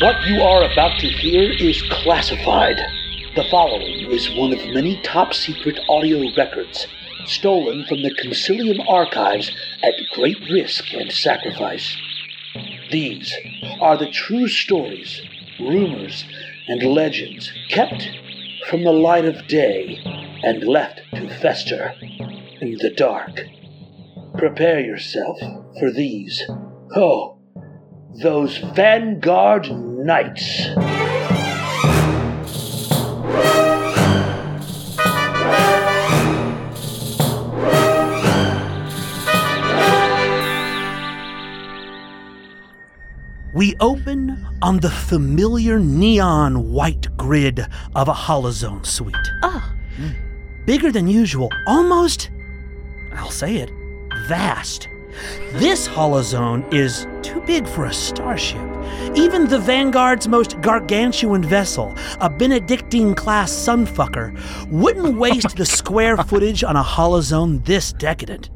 What you are about to hear is classified. The following is one of many top secret audio records stolen from the Concilium archives at great risk and sacrifice. These are the true stories, rumors, and legends kept from the light of day and left to fester in the dark. Prepare yourself for these. Oh, those Vanguard Knights. We open on the familiar neon white grid of a holozone suite. Oh, Bigger than usual, almost, I'll say it, vast. This holozone is too big for a starship. Even the Vanguard's most gargantuan vessel, a Benedictine class sunfucker, wouldn't waste the square footage on a holozone this decadent.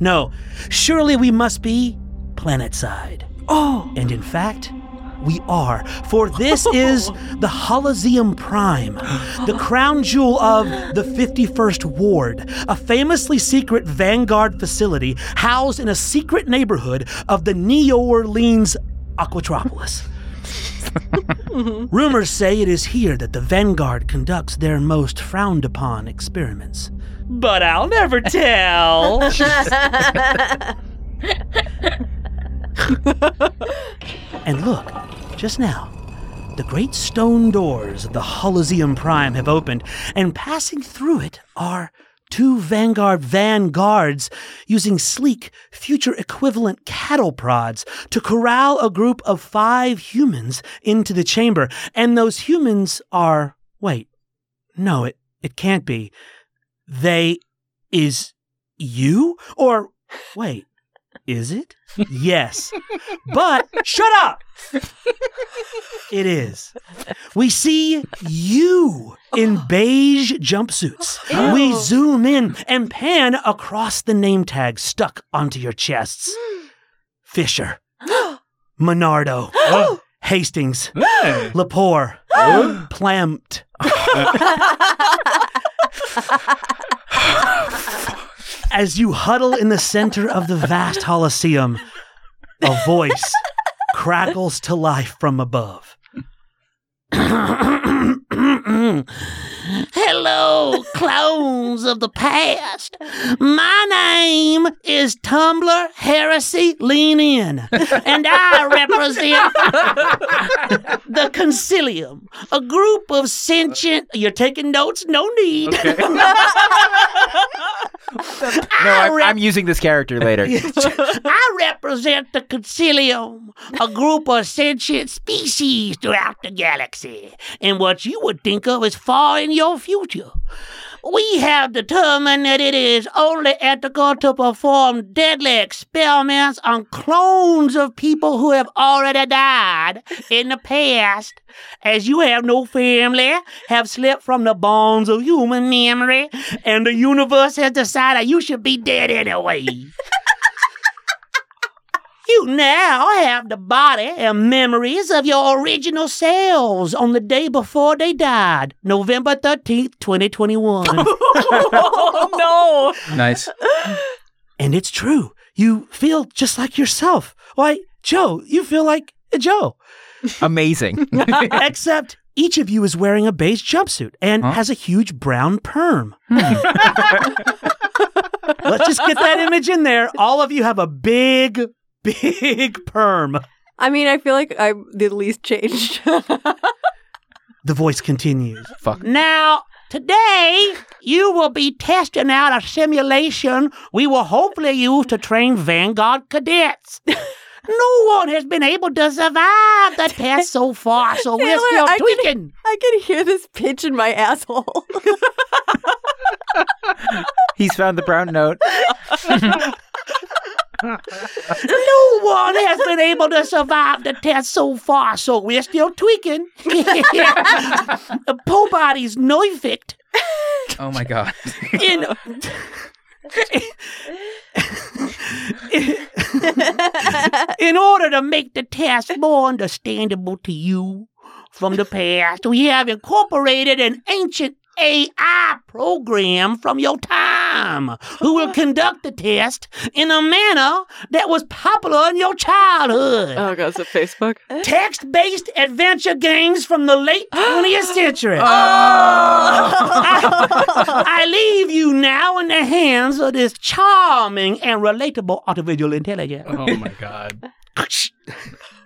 No, surely we must be planetside. oh, And in fact, we are, for this is the Holosium Prime, the crown jewel of the 51st Ward, a famously secret Vanguard facility housed in a secret neighborhood of the New Orleans Aquatropolis. Rumors say it is here that the Vanguard conducts their most frowned upon experiments. But I'll never tell. And look, just now, the great stone doors of the Holosium Prime have opened, and passing through it are two Vanguard vanguards using sleek, future equivalent cattle prods to corral a group of five humans into the chamber. And those humans are. Wait. No, it, it can't be. They. is. you? Or. wait. Is it? Yes. But shut up! It is. We see you in beige jumpsuits. We zoom in and pan across the name tag stuck onto your chests Fisher, Monardo, Hastings, Lepore, Plamt. As you huddle in the center of the vast Holosseum, a voice crackles to life from above. Hello, clones of the past. My name is Tumblr Heresy Lean In, and I represent the Concilium, a group of sentient. You're taking notes? No need. No, I'm, I'm using this character later. I represent the Concilium, a group of sentient species throughout the galaxy, and what you would think of as far in your future. We have determined that it is only ethical to perform deadly experiments on clones of people who have already died in the past. As you have no family, have slipped from the bonds of human memory, and the universe has decided you should be dead anyway. You now have the body and memories of your original selves on the day before they died, November 13th, 2021. no. Nice. and it's true. You feel just like yourself. Why, Joe, you feel like a Joe. Amazing. Except each of you is wearing a beige jumpsuit and has a huge brown perm. Hmm. Let's just get that image in there. All of you have a big, big perm. I mean, I feel like I'm the least changed. The voice continues. Fuck. Now, today, you will be testing out a simulation we will hopefully use to train Vanguard cadets. No one has been able to survive the test so far, so we're Taylor, still I can- tweaking. I can hear this pitch in my asshole. He's found the brown note. No one has been able to survive the test so far, so we're still tweaking. Pobody's Neufit Oh my god. in. in, In order to make the task more understandable to you from the past, we have incorporated an ancient AI program from your time who will conduct the test in a manner that was popular in your childhood. Oh, God, is it Facebook? Text based adventure games from the late 20th Oh. century. I, I leave you now in the hands of this charming and relatable artificial intelligence. Oh my god.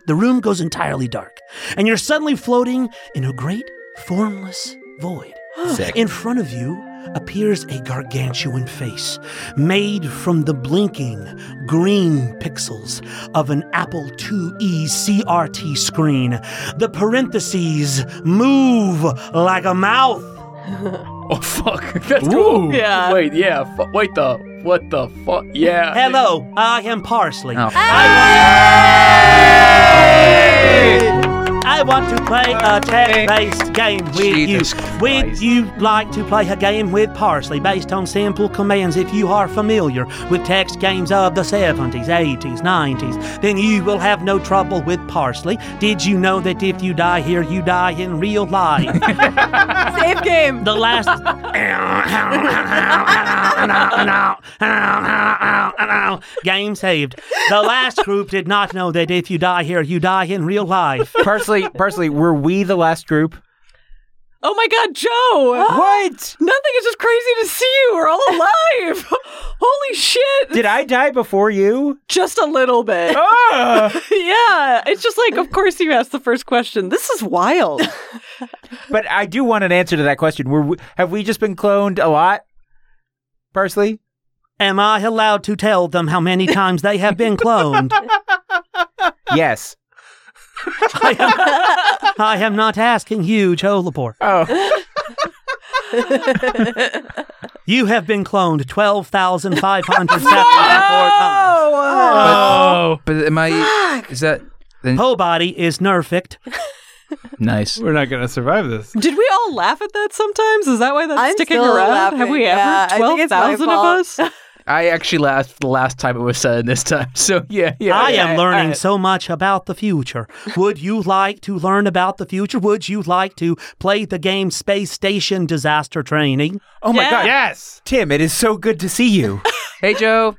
The room goes entirely dark, and you're suddenly floating in a great formless void. Sick. In front of you appears a gargantuan face made from the blinking green pixels of an Apple E IIe CRT screen. The parentheses move like a mouth. Oh fuck. That's cool. Yeah. Wait, yeah. Fu- wait the what the fuck? Yeah. Hello, I am Parsley. Oh. I want to play a text-based game with Jesus you. Christ. Would you like to play a game with Parsley based on simple commands? If you are familiar with text games of the 70s, 80s, 90s, then you will have no trouble with Parsley. Did you know that if you die here, you die in real life? Save game. the last game saved. The last group did not know that if you die here, you die in real life. Parsley, Parsley, were we the last group? Oh my God, Joe! What? Nothing. It's just crazy to see you. We're all alive. Holy shit! Did I die before you? just a little bit. Ah! yeah. It's just like, of course you asked the first question. This is wild. But I do want an answer to that question. Were we, have we just been cloned a lot, Parsley? Am I allowed to tell them how many times they have been cloned? Yes. I am, I am not asking you, Cholapore. Oh, You have been cloned 12,574 times. Oh. But am I? Is that then? Whole body is nerfed. Nice. We're not gonna survive this. Did we all laugh at that sometimes? Is that why that's I'm sticking still around? Have laughing. we Yeah, ever? I think it's my 12,000 of fault. us? I actually laughed the last time it was said, and this time. So yeah, yeah. I am yeah, learning I- so much about the future. Would you like to learn about the future? Would you like to play the game Space Station Disaster Training? oh my Yeah. God, Yes. Tim! It is so good to see you, Hey, Joe.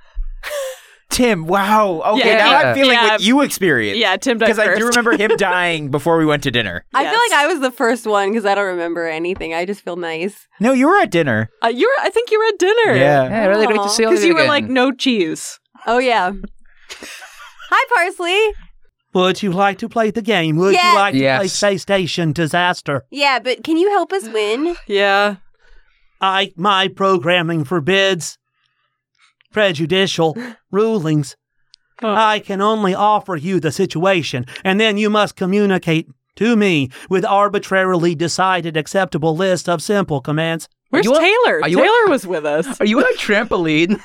Tim. Wow. Okay, Yeah. now Yeah. I'm feeling Yeah. what you experienced. Yeah, Tim died because I first. do remember him dying before we went to dinner. I feel Yes. like I was the first one because I don't remember anything. I just feel nice. No, you were at dinner. Uh, you were, I think you were at dinner. Yeah. Yeah, really great Aw. to see all of Because you you were again. like, no cheese. Oh yeah. Hi, Parsley. Would you like to play the game? Would Yes. you like to play Yes. Space Station Disaster? Yeah, but can you help us win? Yeah. I my programming forbids prejudicial rulings. Oh. I can only offer you the situation, and then you must communicate to me with arbitrarily decided acceptable list of simple commands. Where's you on- Taylor? are you on- Taylor was with us. Are you on a trampoline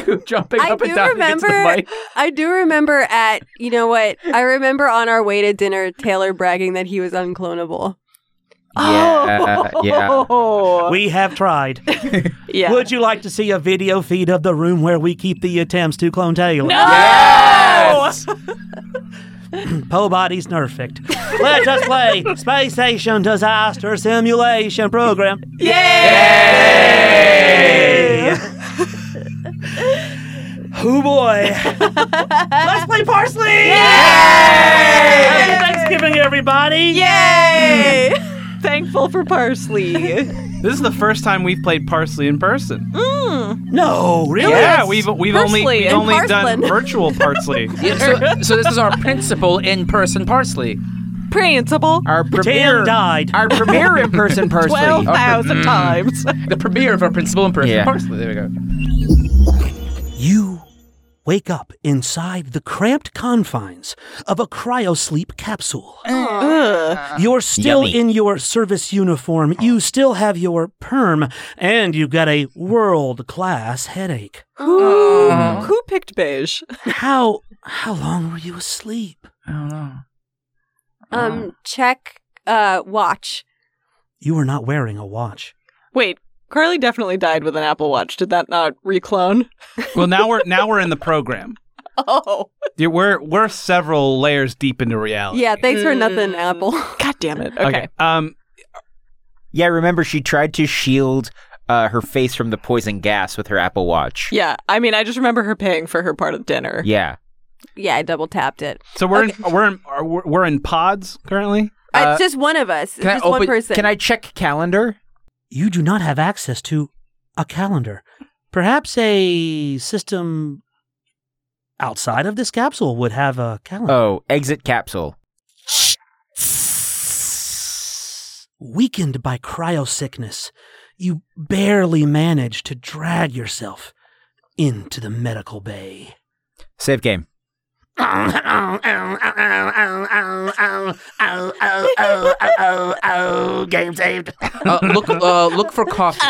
with jumping I up and do down against the remember. mic? I do remember at you know what? I remember on our way to dinner, Taylor bragging that he was unclonable. uh, Yeah, yeah. Oh. We have tried. yeah. Would you like to see a video feed of the room where we keep the attempts to clone Taylor? Yes. Poe body's perfect. Let us play Space Station Disaster Simulation Program. Yay! oh boy. Let's play Parsley! Happy Thanksgiving, everybody! Yay! Thankful for parsley. This is the first time we've played Parsley in person. No, really? Yeah, we've we've only Mm. Parsley we've and only done parslin. virtual Parsley. Yeah, so, so this is our principal in-person parsley. Principal. Our Tim premiere, died. our premiere in-person parsley. Twelve thousand times. Mm. The premiere of our principal in-person Yeah. parsley. There we go. You wake up inside the cramped confines of a cryosleep capsule. You're still Yummy. in your service uniform, you still have your perm, and you've got a world class headache. Who, Uh-huh. who picked beige? How how long were you asleep? I don't know. Um, check. Uh, watch. You were not wearing a watch. Wait, Carly definitely died with an Apple Watch. Did that not reclone? well, now we're now we're in the program. Oh, Yeah, we're we're several layers deep into reality. Yeah, thanks for nothing, Mm. Apple. god damn it. Okay. Okay. Um. Yeah, remember she tried to shield uh, her face from the poison gas with her Apple Watch. Yeah. I mean, I just remember her paying for her part of dinner. Yeah. yeah, I double tapped it. So we're in, we're in, are- we're we're in pods currently. Uh, Uh, it's just one of us. It's Can I just one open- person. Can I check calendar? You do not have access to a calendar. Perhaps a system outside of this capsule would have a calendar. Oh, exit capsule. Weakened by cryosickness, you barely manage to drag yourself into the medical bay. Save game. game saved. Uh, look, uh, look for coffee.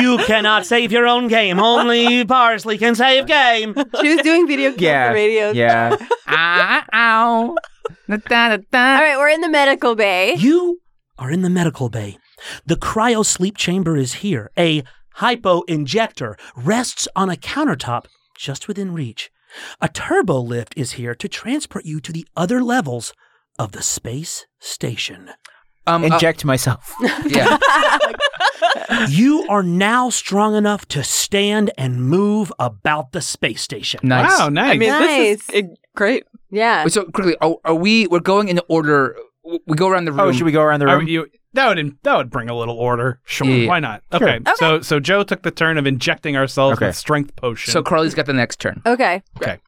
You cannot save your own game. Only Parsley can save game. she was doing video game Yeah. radio. Yeah. ah, ow. Da, da, da, All da. right, we're in the medical bay. You are in the medical bay. The cryo sleep chamber is here. A hypo injector rests on a countertop just within reach. A turbo lift is here to transport you to the other levels of the space station. Um, uh, Inject myself. yeah. You are now strong enough to stand and move about the space station. Nice. Wow. Nice. I mean, this Nice. is eh, great. Yeah. Wait, So quickly, are, are we? We're going in order. w- We go around the room. Oh, should we go around the Are room? you, that would that would bring a little order. Sure. Yeah. Why not? Sure. Okay. So so Joe took the turn of injecting ourselves Okay. with strength potion. So Carly's got the next turn. Okay. Okay.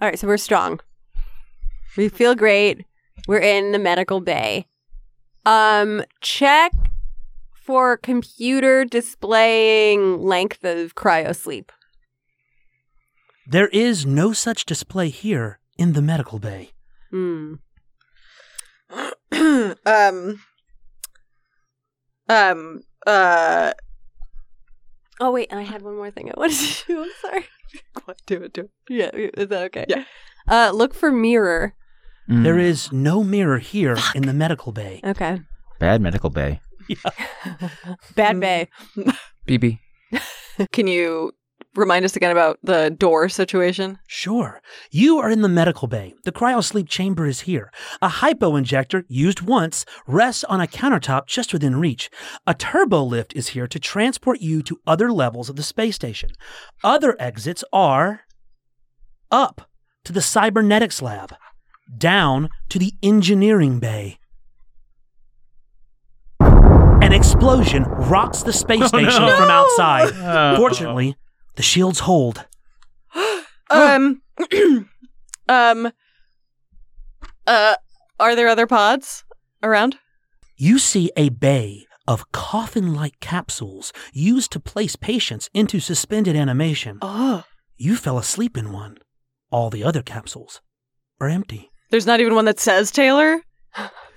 All right, so we're strong. We feel great. We're in the medical bay. Um, check for computer displaying length of cryo sleep. There is no such display here in the medical bay. Hmm. um. Um. Uh. Oh wait, and I had one more thing I wanted to do. I'm sorry. What? Do it. Do it. Yeah, is that okay? Yeah. Uh, look for mirror. Mm. There is no mirror here in the medical bay. Okay. Bad medical bay. Bad bay. BB. mm. Can you remind us again about the door situation? Sure. You are in the medical bay. The cryosleep chamber is here. A hypo injector, used once, rests on a countertop just within reach. A turbo lift is here to transport you to other levels of the space station. Other exits are up to the cybernetics lab, down to the engineering bay. An explosion rocks the space station from outside. Fortunately, the shields hold. Um. um. Uh. Are there other pods around? you see a bay of coffin like capsules used to place patients into suspended animation. Oh. You fell asleep in one. All the other capsules are empty. There's not even one that says Taylor.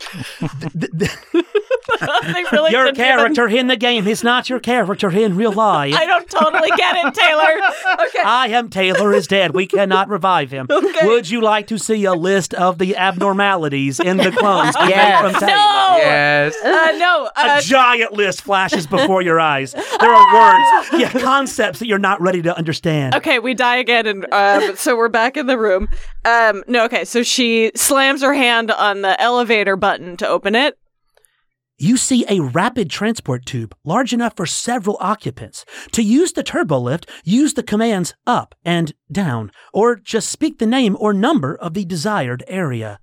they really your didn't even- character in the game is not your character in real life. I don't totally get it, Taylor. Okay. I am Taylor is dead. We cannot revive him. Okay. Would you like to see a list of the abnormalities in the clones we made Yes. from Taylor? No. Yes. Uh, no. Uh, a giant list flashes before your eyes. There are words, yeah, concepts that you're not ready to understand. okay, we die again, and um, so we're back in the room. Um, no, okay. So she slams her hand on the elevator button to open it. You see a rapid transport tube large enough for several occupants. To use the turbolift, use the commands up and down, or just speak the name or number of the desired area.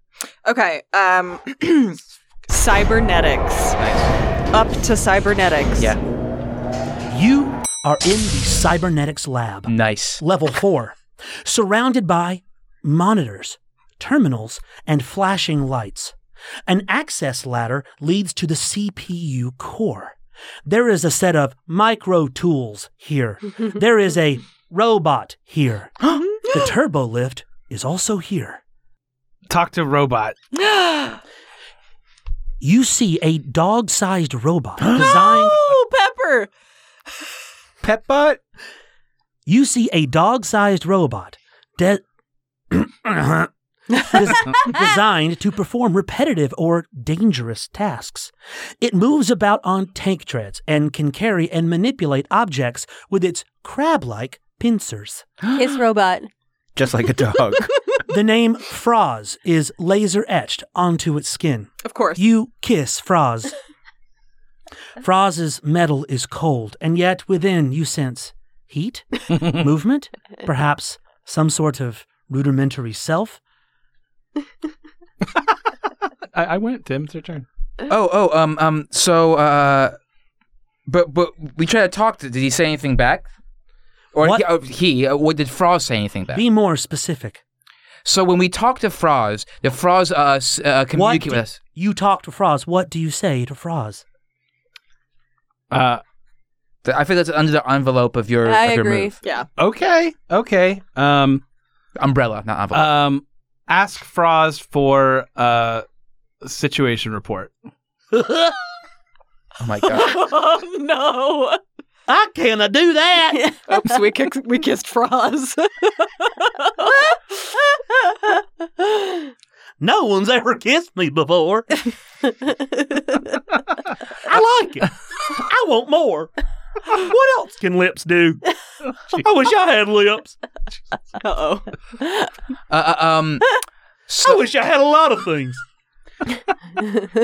Okay. Um, cybernetics. Up to cybernetics. Yeah. You are in the cybernetics lab, Nice. level 4, surrounded by monitors, terminals, and flashing lights. An access ladder leads to the CPU core. There is a set of micro tools here. There is a robot here. The turbo lift is also here. Talk to robot. You see a dog sized robot designed. Oh, Pepper. Pet butt? You see a dog sized robot. De- des- designed to perform repetitive or dangerous tasks. It moves about on tank treads and can carry and manipulate objects with its crab like pincers. Kiss robot. Just like a dog. The name Froz is laser etched onto its skin. Of course. You kiss Froz. Froz's metal is cold, and yet within you sense heat, movement, perhaps some sort of rudimentary self. I, I went, Tim. It's your turn. Oh, oh, um, um. So, uh, but but we tried to talk. to Did he say anything back? Or What- he? Uh, he uh, what did Froz say anything back? Be more specific. so when we talked to Froz, the Froz uh, s- uh What communicate do- with us. You talk to Froz. What do you say to Froz? Uh, Th- I think that's under the envelope of your, I of your agree. move. Yeah. okay. Okay. Um, Umbrella, not envelope. um, ask Froz for uh, a situation report. oh my god. oh no. I cannot do that. Oops, we kick- we kissed Froz. No one's ever kissed me before. I like it. I want more. What else can lips do? I wish I had lips. Uh-oh. Uh, uh, um. I So wish I had a lot of things.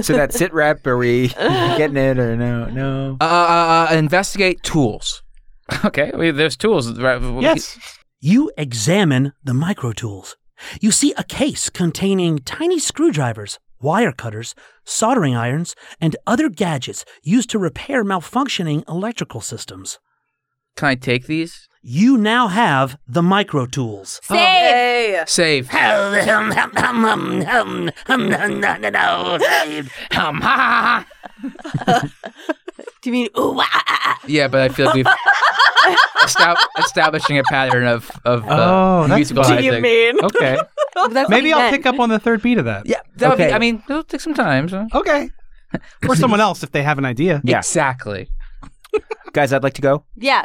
so that sit rep, are we getting it or no? No. uh, uh, uh, investigate tools. Okay, we, there's tools. Right? Yes. You examine the micro tools. You see a case containing tiny screwdrivers, wire cutters, soldering irons, and other gadgets used to repair malfunctioning electrical systems. Can I take these? You now have the micro tools. Save. Hey. Save. yeah, Do you mean ooh, wah, ah, ah, ah. but I feel like we've estab- establishing a pattern of of Oh, uh, that's musical Do high you thing. mean? Okay. That's what Maybe he I'll meant. pick up on the third beat of that. Yeah, that would be, Okay. I mean, it'll take some time. So. Okay. or someone else if they have an idea. Yeah. Exactly. Guys, I'd like to go. Yeah,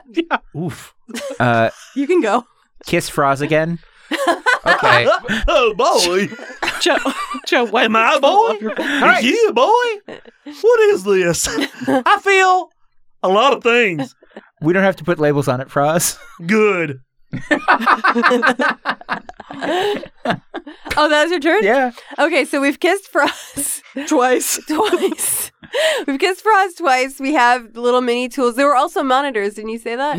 Oof. Uh, You can go. kiss Froz again. Okay. Oh boy, Joe, Joe, what? am I a boy? Are you a boy? What is this? I feel a lot of things. We don't have to put labels on it, Froz. Good. Oh, that was your turn? Yeah. Okay, so we've kissed Frost Twice. twice. we've kissed Frost twice. We have little mini tools. There were also monitors. Didn't you say that?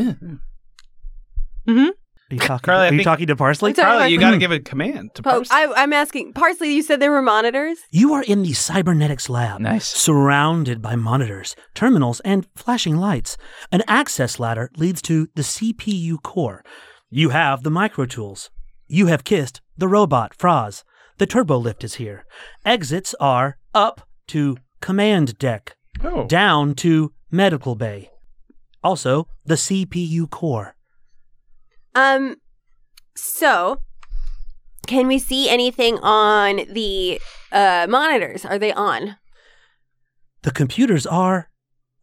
Are you talking? Carly, I are you think- talking to Parsley? I'm talking Carly, about- you got to give a command to Po- Post. Oh, I, I'm asking Parsley. You said there were monitors. You are in the cybernetics lab. Nice. Surrounded by monitors, terminals, and flashing lights. An access ladder leads to the CPU core. You have the micro tools. You have kissed the robot, Froz. The turbo lift is here. Exits are up to command deck, Oh. down to medical bay. Also, the CPU core. Um, so can we see anything on the uh, monitors? Are they on? The computers are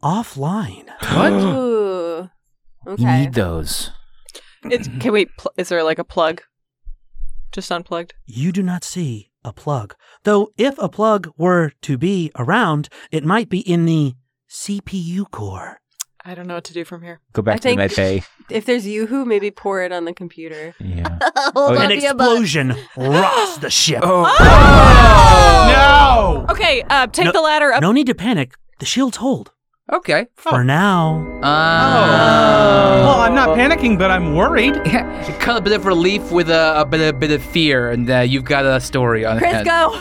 offline. what? Ooh. You Okay. need those. It's, can we? Pl- is there like a plug? Just unplugged. you do not see a plug. Though if a plug were to be around, it might be in the CPU core. I don't know what to do from here. Go back I to the med think- bay. If there's YooHoo, maybe pour it on the computer. Yeah. Hold An explosion rocks the ship. No. Okay, uh, Oh! take Oh, No- the ladder up. Oh. No need to panic. The shields hold Okay. for now. Oh. Well, Uh, I'm not panicking, but I'm worried. yeah, cut a bit of relief with a, a bit a bit of fear, and uh, you've got a story on Chris, hand. go.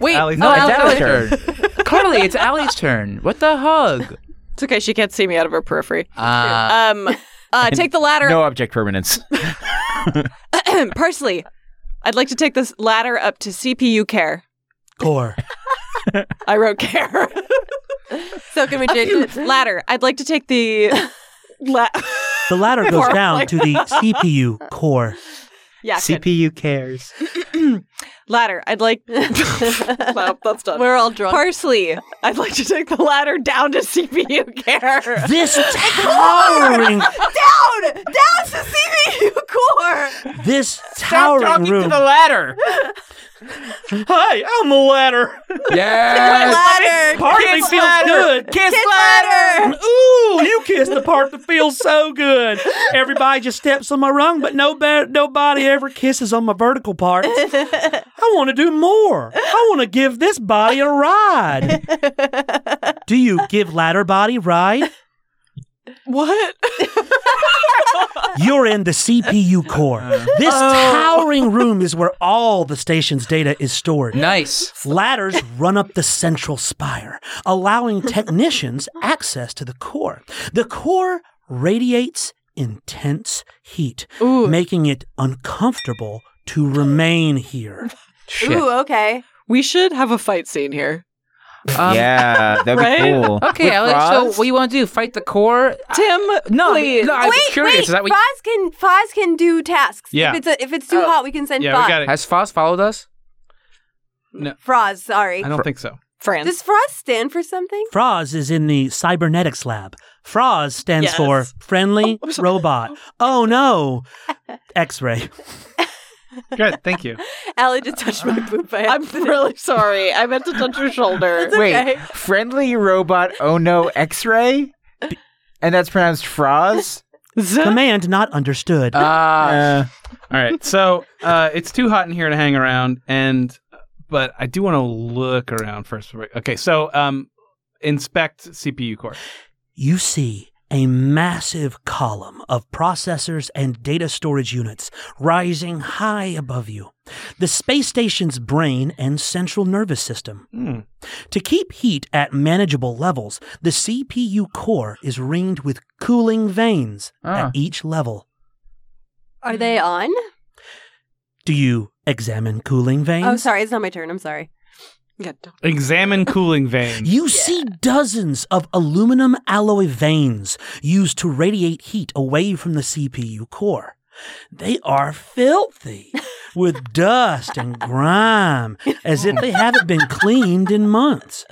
Wait, Allie's- no, Oh, it's Allie's Allie's turn. Carly, it's Allie's turn. What the hug? It's okay. She can't see me out of her periphery. Uh, Um, uh, take the ladder. No object permanence. Parsley, I'd like to take this ladder up to CPU care. Core. I wrote care. So can we change it? ladder. I'd like to take the. La- The ladder goes Core. down to the CPU core. yeah. good. CPU cares. Ladder. I'd like. well, that's done. We're all drunk. Parsley. I'd like to take the ladder down to CPU care. This towering, down, down to CPU core. this Stop towering talking to room. the ladder. Hi, I'm the ladder. Yes. Ladder. Partly feels good. Kiss ladder. Ooh, you kiss the part that feels so good. Everybody just steps on my rung, but no ba- nobody ever kisses on my vertical part. I want to do more. I want to give this body a ride. Do you give ladder body ride? what? You're in the CPU core. Uh-huh. This Oh. towering room is where all the station's data is stored. Nice. Ladders run up the central spire, allowing technicians access to the core. The core radiates intense heat, making it uncomfortable to remain here. Shit. Ooh, okay. We should have a fight scene here. Um, yeah, that'd Right? be cool. Okay, With Alex. So, Roz? what do you want to do? Fight the core? Tim, No, please. no. I'm wait, curious. wait. Is that what? Foz can Foz can do tasks. Yeah. If it's a, if it's too hot, we can send Yeah, Foz. we got it. Has Foss followed us? Froz, sorry. I don't think so. France. Does Froz stand for something? Froz is in the cybernetics lab. Froz stands Yes. for friendly robot. Oh no, X ray. Good. Thank you. Allie just touched my boob by I'm accident. really sorry. I meant to touch your shoulder. Wait, okay. friendly robot oh no X-ray, and that's pronounced Froz. Z- Command not understood. Ah, Uh, All right. So uh, it's too hot in here to hang around, and but I do want to look around first. Okay. So um, inspect CPU core. you see a massive column of processors and data storage units rising high above you. The space station's brain and central nervous system. Hmm. To keep heat at manageable levels, the CPU core is ringed with cooling vanes Ah. at each level. Are they on? Do you examine cooling veins? Oh, sorry. It's not my turn. I'm sorry. Yeah, don't- Oh, Examine cooling veins. You see dozens of aluminum alloy vanes used to radiate heat away from the CPU core. They are filthy with dust and grime as if they haven't been cleaned in months.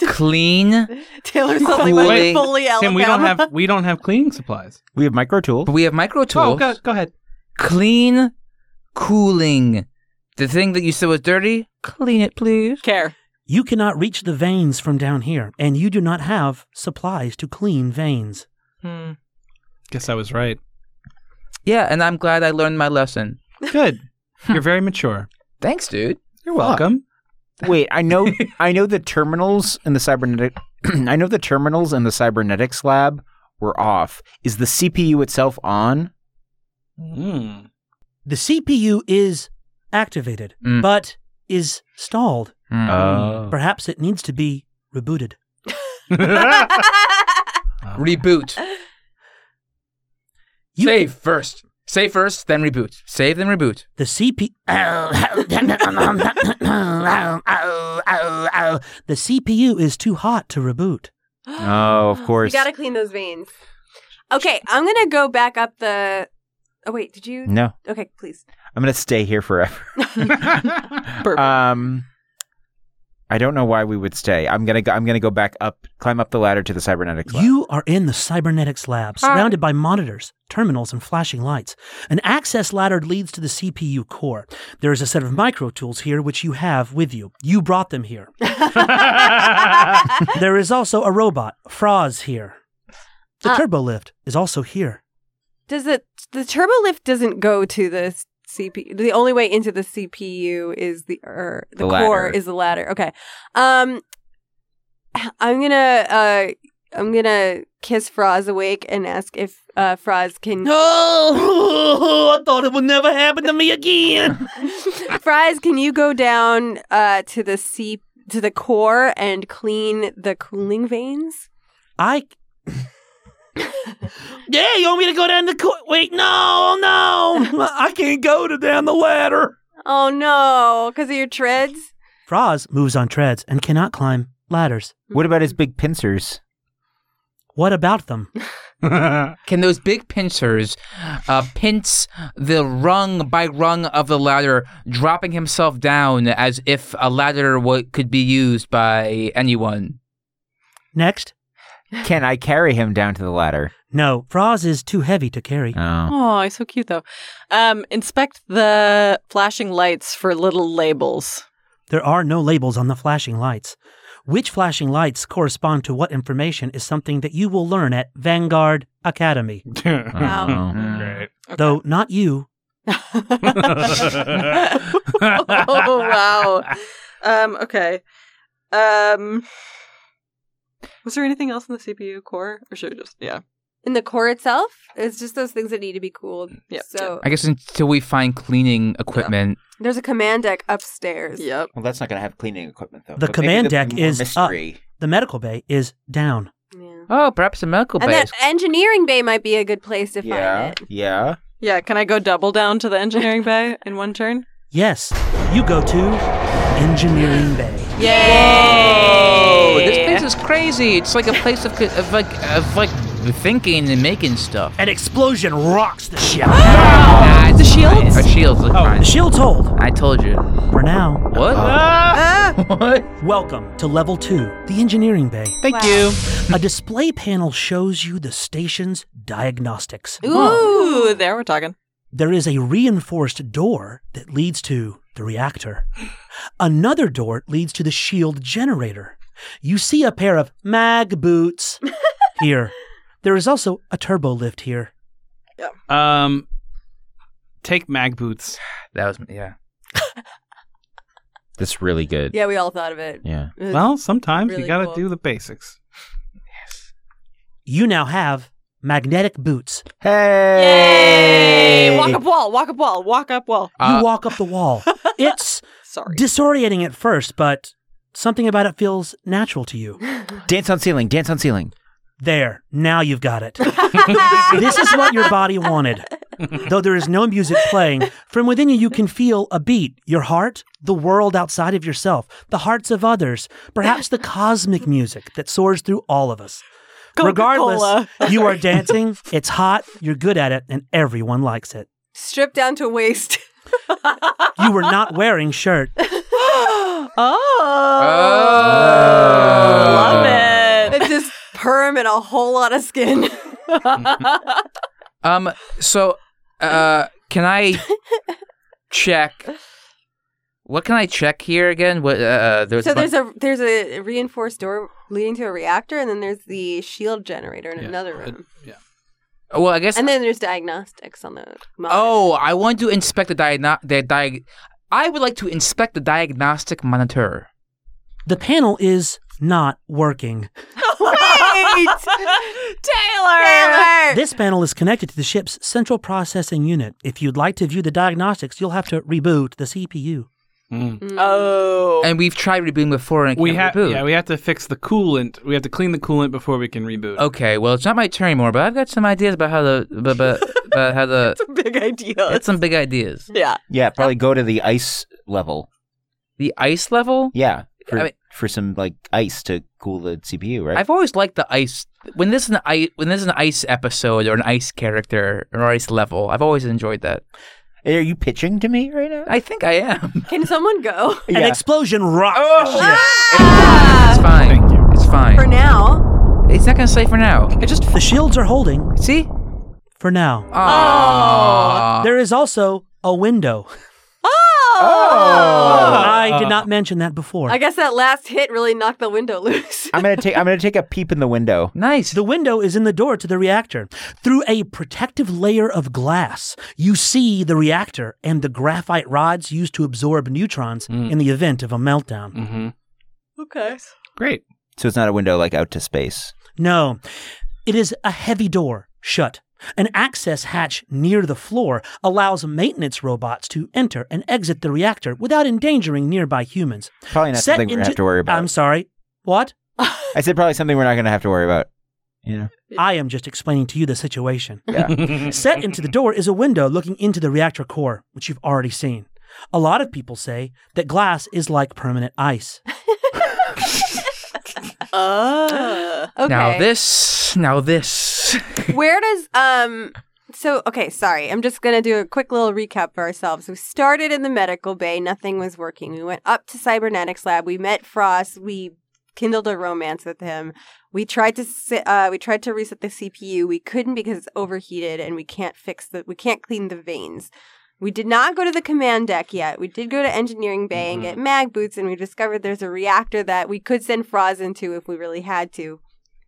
clean. Taylor's something Wait, like wait. fully Alabama. Tim, we don't have we don't have cleaning supplies. we have micro tools. But we have micro tools. Oh, go, go ahead. Clean, cooling. The thing that you said was dirty. Clean it, please. Care. You cannot reach the veins from down here, and you do not have supplies to clean veins. Hmm. Guess I was right. Yeah, and I'm glad I learned my lesson. Good. You're very mature. Thanks, dude. You're welcome. Wait, I know I know the terminals in the cybernetic I know the terminals in the cybernetics lab were off. Is the CPU itself on? Mm. The CPU is activated, Mm. but is stalled. Oh. Perhaps it needs to be rebooted. Reboot. You- Save first. Save first, then reboot. Save, then reboot. The CP. the CPU is too hot to reboot. Oh, of We course. gotta clean those veins. Okay, I'm gonna go back up the. Oh wait, did you? No. Okay, please. I'm gonna stay here forever. Perfect. um I don't know why we would stay. I'm gonna go I'm gonna go back up climb up the ladder to the cybernetics lab. You are in the cybernetics lab, Hi. surrounded by monitors, terminals, and flashing lights. An access ladder leads to the CPU core. There is a set of micro tools here which you have with you. You brought them here. there is also a robot, Froz, here. The Uh. turbo lift is also here. Does it? The turbo lift doesn't go to the CPU. The only way into the CPU is the or the, The core ladder. is the ladder. Okay. Um, I'm gonna uh I'm gonna kiss Froz awake and ask if uh Froz can Oh, I thought it would never happen to me again. Fries, can you go down uh, to the C to the core and clean the cooling veins? I. yeah, you want me to go down the court? Wait, no, no, I can't go to down the ladder. Oh no, because of your treads. Froz moves on treads and cannot climb ladders. what about his big pincers? What about them? Can those big pincers uh, pinch the rung by rung of the ladder, dropping himself down as if a ladder wa could be used by anyone? Next. Can I carry him down to the ladder? No, Froz is too heavy to carry. Oh. Oh, he's so cute though. Um, inspect the flashing lights for little labels. There are no labels on the flashing lights. Which flashing lights correspond to what information is something that you will learn at Vanguard Academy, Wow. Oh, Great. though not you. oh wow. Um, okay. Um, was there anything else in the CPU core, or should we just yeah? In the core itself, it's just those things that need to be cooled. Yep. So I guess until we find cleaning equipment. there's a command deck upstairs. Yep. Well, that's not going to have cleaning equipment though. The But maybe command there'll deck be more is up. mystery. The medical bay is down. Yeah. Oh, perhaps a medical And base. that engineering bay might be a good place to Yeah. find it. Yeah. Yeah. Can I go double down to the engineering bay in one turn? Yes, you go to Engineering Bay. oh, this place is crazy. It's like a place of, co- of like of like thinking and making stuff. An explosion rocks the ship. Oh, Ah, it's The shields? Our shields look fine. The shields hold. I told you. For now, What? Ah! what? welcome to Level 2, the Engineering Bay. Thank Wow. you. A display panel shows you the station's diagnostics. Ooh, there we're talking. There is a reinforced door that leads to the reactor. Another door leads to the shield generator. You see a pair of mag boots here. There is also a turbo lift here. Um, take mag boots. That was yeah. That's really good. Yeah, we all thought of it. Yeah. Ugh. Well, sometimes really you gotta cool. do the basics. You now have magnetic boots. Hey. Walk up wall. Walk up wall. Walk up wall. You Uh, walk up the wall. It's Sorry. disorienting at first, but something about it feels natural to you. Dance on ceiling. Dance on ceiling. There, now you've got it. this is what your body wanted. Though there is no music playing, from within you, you can feel a beat your heart, the world outside of yourself, the hearts of others, perhaps the cosmic music that soars through all of us. Coca-Cola. Regardless, you are dancing, it's hot, you're good at it, and everyone likes it. Stripped down to waist. You were not wearing shirt. oh, love it. It's just perm and a whole lot of skin. Um. So, uh, can I check? What can I check here again? What? Uh, there's. so a bu- there's a there's a reinforced door leading to a reactor, and then there's the shield generator in Yeah. another Uh, room, yeah. well, I guess. and then there's diagnostics on the. monitor. oh, I want to inspect the diagno- the diag. I would like to inspect the diagnostic monitor. The panel is not working. Taylor! This panel is connected to the ship's central processing unit. If you'd like to view the diagnostics, you'll have to reboot the CPU. Mm. Oh. And we've tried rebooting before and it Mm. We have can't reboot. yeah, we have to fix the coolant. We have to clean the coolant before we can reboot. okay. Well, it's not my turn anymore, but I've got some ideas about how the about, about, about how the. Big idea. It's some big ideas. Yeah. Yeah. Probably go to the ice level. The ice level. Yeah. For, I mean- for some like ice to cool the CPU, right? I've always liked the ice. When this is an ice, when this is an ice episode or an ice character or ice level, I've always enjoyed that. Are you pitching to me right now? I think I am. Can someone go? An Yeah. explosion rocks. the ship. Ah! It's fine. Thank you. It's fine. For now, It's not gonna say for now. I just The shields are holding See? for now. Oh. There is also a window. Oh! I did not mention that before. I guess that last hit really knocked the window loose. I'm gonna take. I'm gonna take a peep in the window. Nice. The window is in the door to the reactor. Through a protective layer of glass, you see the reactor and the graphite rods used to absorb neutrons in the event of a meltdown. Mm-hmm. okay. Great. So it's not a window like out to space. No, it is a heavy door shut. An access hatch near the floor allows maintenance robots to enter and exit the reactor without endangering nearby humans. Probably not something we're gonna into- have to worry about. I'm sorry. What? I said probably something we're not gonna have to worry about. You know. I am just explaining to you the situation. Yeah. Set into the door is a window looking into the reactor core, which you've already seen. A lot of people say that glass is like permanent ice. Uh, Okay. Now this. Now this. Where does um so okay, sorry. I'm just going to do a quick little recap for ourselves. We started in the medical bay, nothing was working. We went up to cybernetics lab, we met Frost, we kindled a romance with him. We tried to si- uh we tried to reset the CPU. We couldn't because it's overheated and we can't fix the we can't clean the veins. We did not go to the command deck yet. We did go to engineering bay and get mag boots and we discovered there's a reactor that we could send Frost into if we really had to.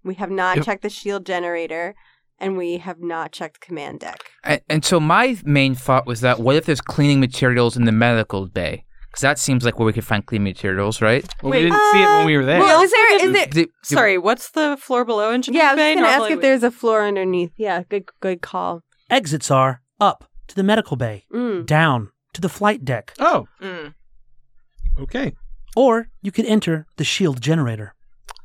We have not Yep. checked the shield generator, and we have not checked command deck. And, and so my main thought was that what if there's cleaning materials in the medical bay? Because that seems like where we could find cleaning materials, right? Well, Wait, we didn't see it when we were there. Well, is there? Is Is there? The- Sorry, what's the floor below engineering Yeah, I was bay? going to ask Normally if we- there's a floor underneath. Yeah, good, good call. Exits are up to the medical bay, Mm. down to the flight deck, oh, Mm. okay. or you could enter the shield generator.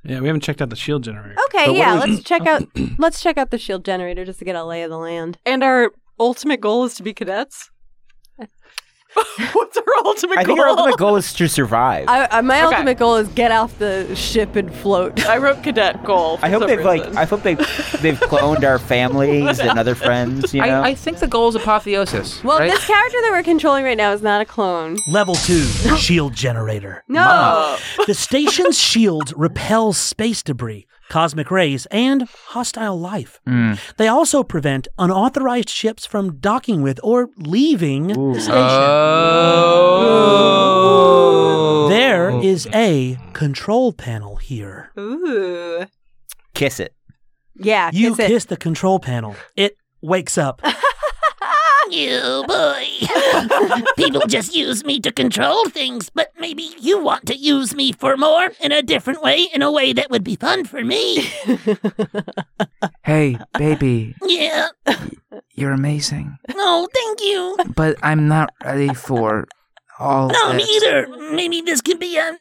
Yeah, we haven't checked out the shield generator. Okay, But what yeah, do we- let's check out. let's check out the shield generator just to get a lay of the land. And our ultimate goal is to be cadets. what's our ultimate I goal? think our ultimate goal is to survive. I, I, I, my Okay. ultimate goal is get off the ship and float. I wrote cadet goal. for hope some they've like. reason. I hope they they've cloned our families and other friends. You know. I, I think the goal is apotheosis. Well, right? this character that we're controlling right now is not a clone. Level 2, shield generator. No. The station's shields repel space debris, cosmic rays, and hostile life. Mm. They also prevent unauthorized ships from docking with or leaving the station. Oh. There is a control panel here. Ooh. Kiss it. Yeah, You kiss it. kiss the control panel. It wakes up. You boy. People just use me to control things, but maybe you want to use me for more in a different way, in a way that would be fun for me. Hey, baby, Yeah. you're amazing, Oh, thank you. but I'm not ready for all No, me this. either. Maybe this could be an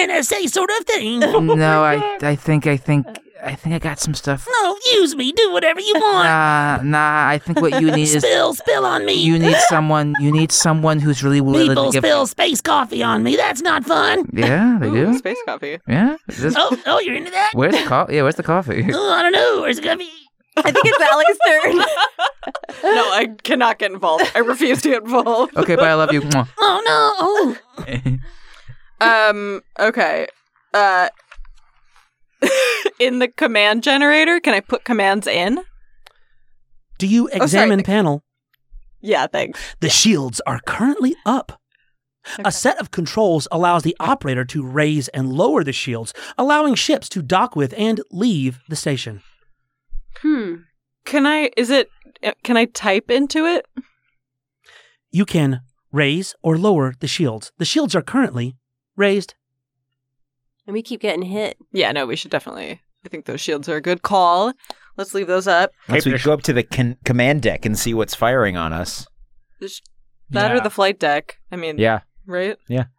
NSA sort of thing. Oh no, I, I think, I think, I think I got some stuff. No, use me. Do whatever you want. Nah, nah. I think what you need is Spill, spill on me. you need someone. You need someone who's really willing People to give. spill space coffee on me. That's not fun. Yeah, they Ooh, do. Space coffee. Yeah. Is this- Oh, oh, you're into that? Where's the coffee? Yeah, where's the coffee? Oh, I don't know. Where's it gonna be? I think it's Alex's turn. No, I cannot get involved. I refuse to get involved. okay, bye. I love you. Mwah. Oh no. Oh. Um. Okay. Uh. in the command generator, can I put commands in? Do Oh, you sorry. examine panel? Yeah. Thanks. The shields are currently up. A set of controls allows the operator to raise and lower the shields, allowing ships to dock with and leave the station. hmm. Can I? Is it? Can I type into it? You can raise or lower the shields. The shields are currently raised. And we keep getting hit. Yeah. No. We should definitely. I think those shields are a good call. Let's leave those up. Once we go up to the con- command deck and see what's firing on us. Just That or Yeah. the flight deck. I mean. Yeah. Right.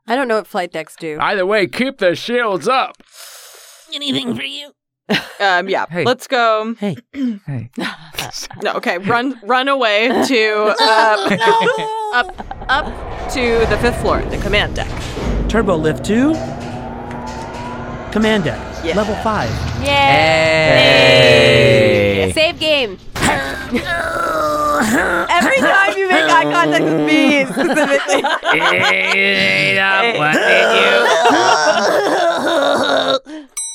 I don't know what flight decks do. Either way, keep the shields up. Anything for you? Um. Yeah. Hey. Let's go. Hey, Hey. No. Okay. Run. Run away to uh, up. Up to the fifth floor. The command deck. turbo lift to command deck, level five. Yeah. Hey. Save game. Every time you make eye contact with me specifically.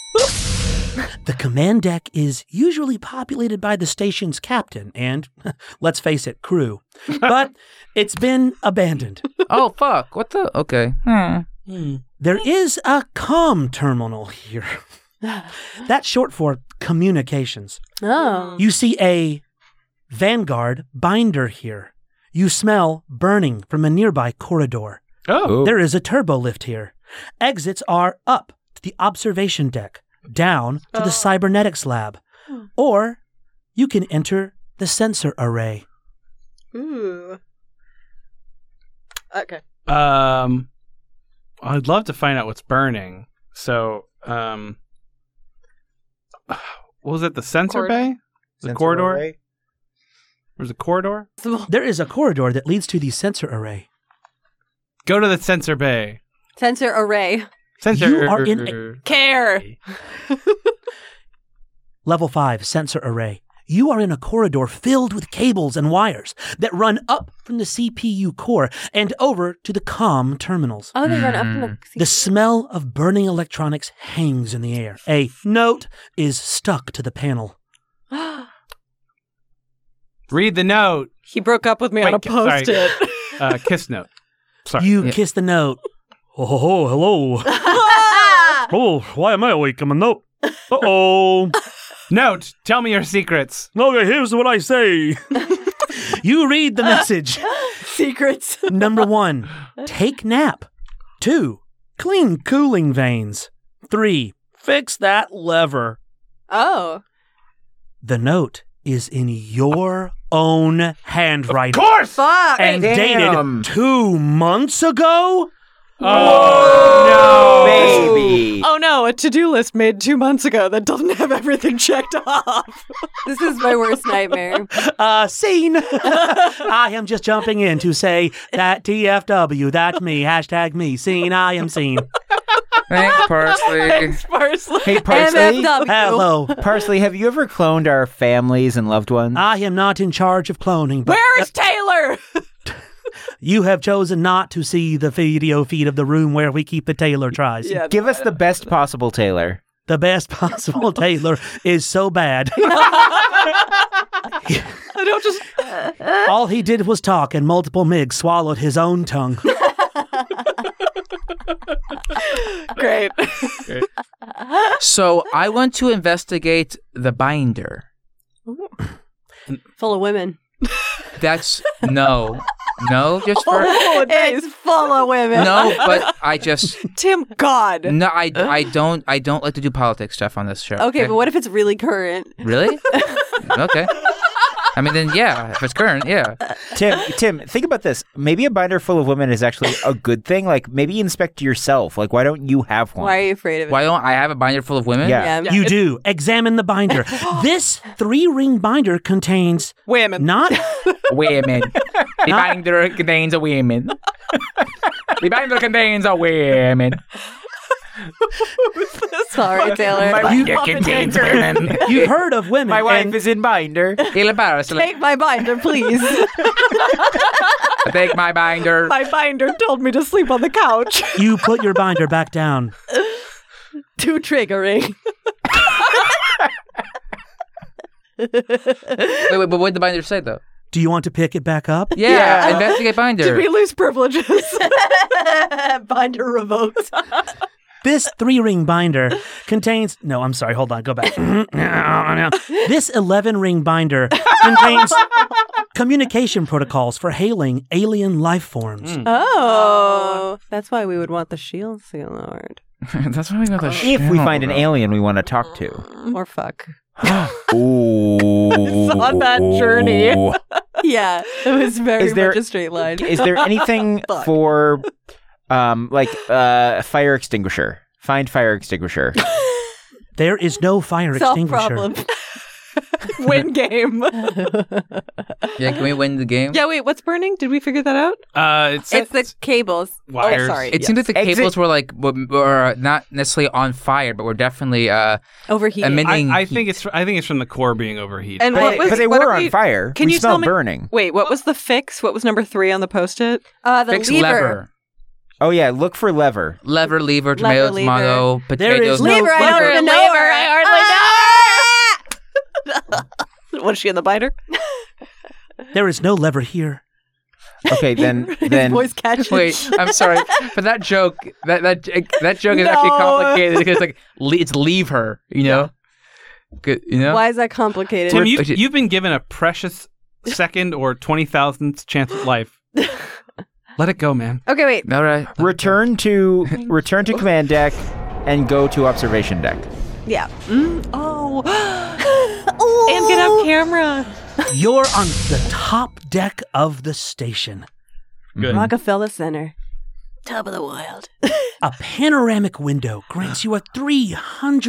The command deck is usually populated by the station's captain and, let's face it, crew. But it's been abandoned. Oh fuck! What the? Okay. Hmm. There is a comm terminal here. That's short for communications. Oh. You see a Vanguard binder here. You smell burning from a nearby corridor. Oh, Ooh. There is a turbo lift here. Exits are up to the observation deck, down to the cybernetics lab, or you can enter the sensor array. Ooh. Okay. um, I'd love to find out what's burning. So, um, what was it? The sensor Corridor. bay? The corridor? There's a corridor. There is a corridor that leads to the sensor array. Go to the sensor bay. Sensor array. er, Sensor. You are in Care. Level 5 sensor array. You are in a corridor filled with cables and wires that run up from the CPU core and over to the COM terminals. Oh, they run up in Mm. the. The smell of burning electronics hangs in the air. A note is stuck to the panel. Read the note. He broke up with me on a Wait, sorry. post it. Uh, kiss note. Sorry. You Yeah. kiss the note. Oh, ho, ho, hello. oh, why am I awake? I'm a note. Uh oh. Note. Tell me your secrets. okay, here's what I say. you read the message. Secrets. Number one, take nap. Two, clean cooling veins. Three, fix that lever. oh. The note is in your own handwriting. Of course. Fuck. and Damn. dated two months ago? Oh no. Baby. Oh no, a to do list made two months ago that doesn't have everything checked off. This is my worst nightmare. Uh, scene. I am just jumping in to say that TFW, that me, hashtag me, scene, I am seen. Thanks, Parsley. Parsley. Hey, Parsley. MFW. Hello. Parsley, have you ever cloned our families and loved ones? I am not in charge of cloning, but Where is Taylor? you have chosen not to see the video feed of the room where we keep the Taylor tries. Give us the best possible Taylor. The best possible Taylor is so bad. I don't just. All he did was talk, and multiple MIGs swallowed his own tongue. Great. so I want to investigate the binder. Full of women. That's no, no, just for Oh, It's full of women. no. But I just Tim, God. no. I I don't. I don't like to do politics stuff on this show. Okay, but what if it's really current? Really? okay. I mean, then yeah, if it's current, yeah. Tim, Tim, think about this. Maybe a binder full of women is actually a good thing. Like maybe inspect yourself. Like why don't you have one? Why are you afraid of it? Why don't I have a binder full of women? Yeah. Yeah. You do. Examine the binder. this three ring binder contains Women. not women. The binder contains a women. The binder contains a women. Sorry, Taylor. binder contains women. You've heard of women. My wife and is in binder. It'll embarrass me. Take my binder, please. Take my binder. My binder told me to sleep on the couch. you put your binder back down. Too triggering. Wait, wait, but what did the binder say though? Do you want to pick it back up? Yeah, investigate binder. Did we lose privileges? binder revoked. This three ring binder contains. No, I'm sorry. Hold on. Go back. this 11 ring binder contains communication protocols for hailing alien life forms. Hmm. Oh. That's why we would want the shield seal, Lord. Hmm. That's why we got the If we find an alien we want to talk to. Or fuck. Ooh. On that journey. Yeah. It was very Is there- much a straight line. Is there anything Fuck. for um like uh fire extinguisher? Find fire extinguisher. There is no fire Solve extinguisher. problem. Win game. Yeah, can we win the game? yeah, wait, what's burning? Did we figure that out? Uh, it's It's the cables. Oh, wires. Oh, sorry. It seemed like the Exit- cables were like were, were not necessarily on fire, but were definitely uh, Overheating. emitting. I, I heat. think it's I think it's from the core being overheated. And But, what was but they what were are on we- fire. Can we you smell tell me- burning. Wait, what was the fix? What was number three on the post it? uh, the fixed lever. lever. Oh yeah, look for lever. Lever, lever, tomato, Lever, tomato, There is potatoes. no Lever, I lever. don't even know her. I hardly know her. Was she in the binder? There is no lever here. Okay, then His then voice catches. Wait, I'm sorry, but that joke, that that that joke is actually No. complicated because like le- it's leave her, you know. Good, you know. Why is that complicated? Tim, you, Which- you've been given a precious second or twenty thousandth chance at life. Let it go, man. okay, wait. All right. return to return to command deck and go to observation deck. Yeah. Oh. and get up camera. You're on the top deck of the station. Good. Rockefeller Center. Top of the wild. A panoramic window grants you a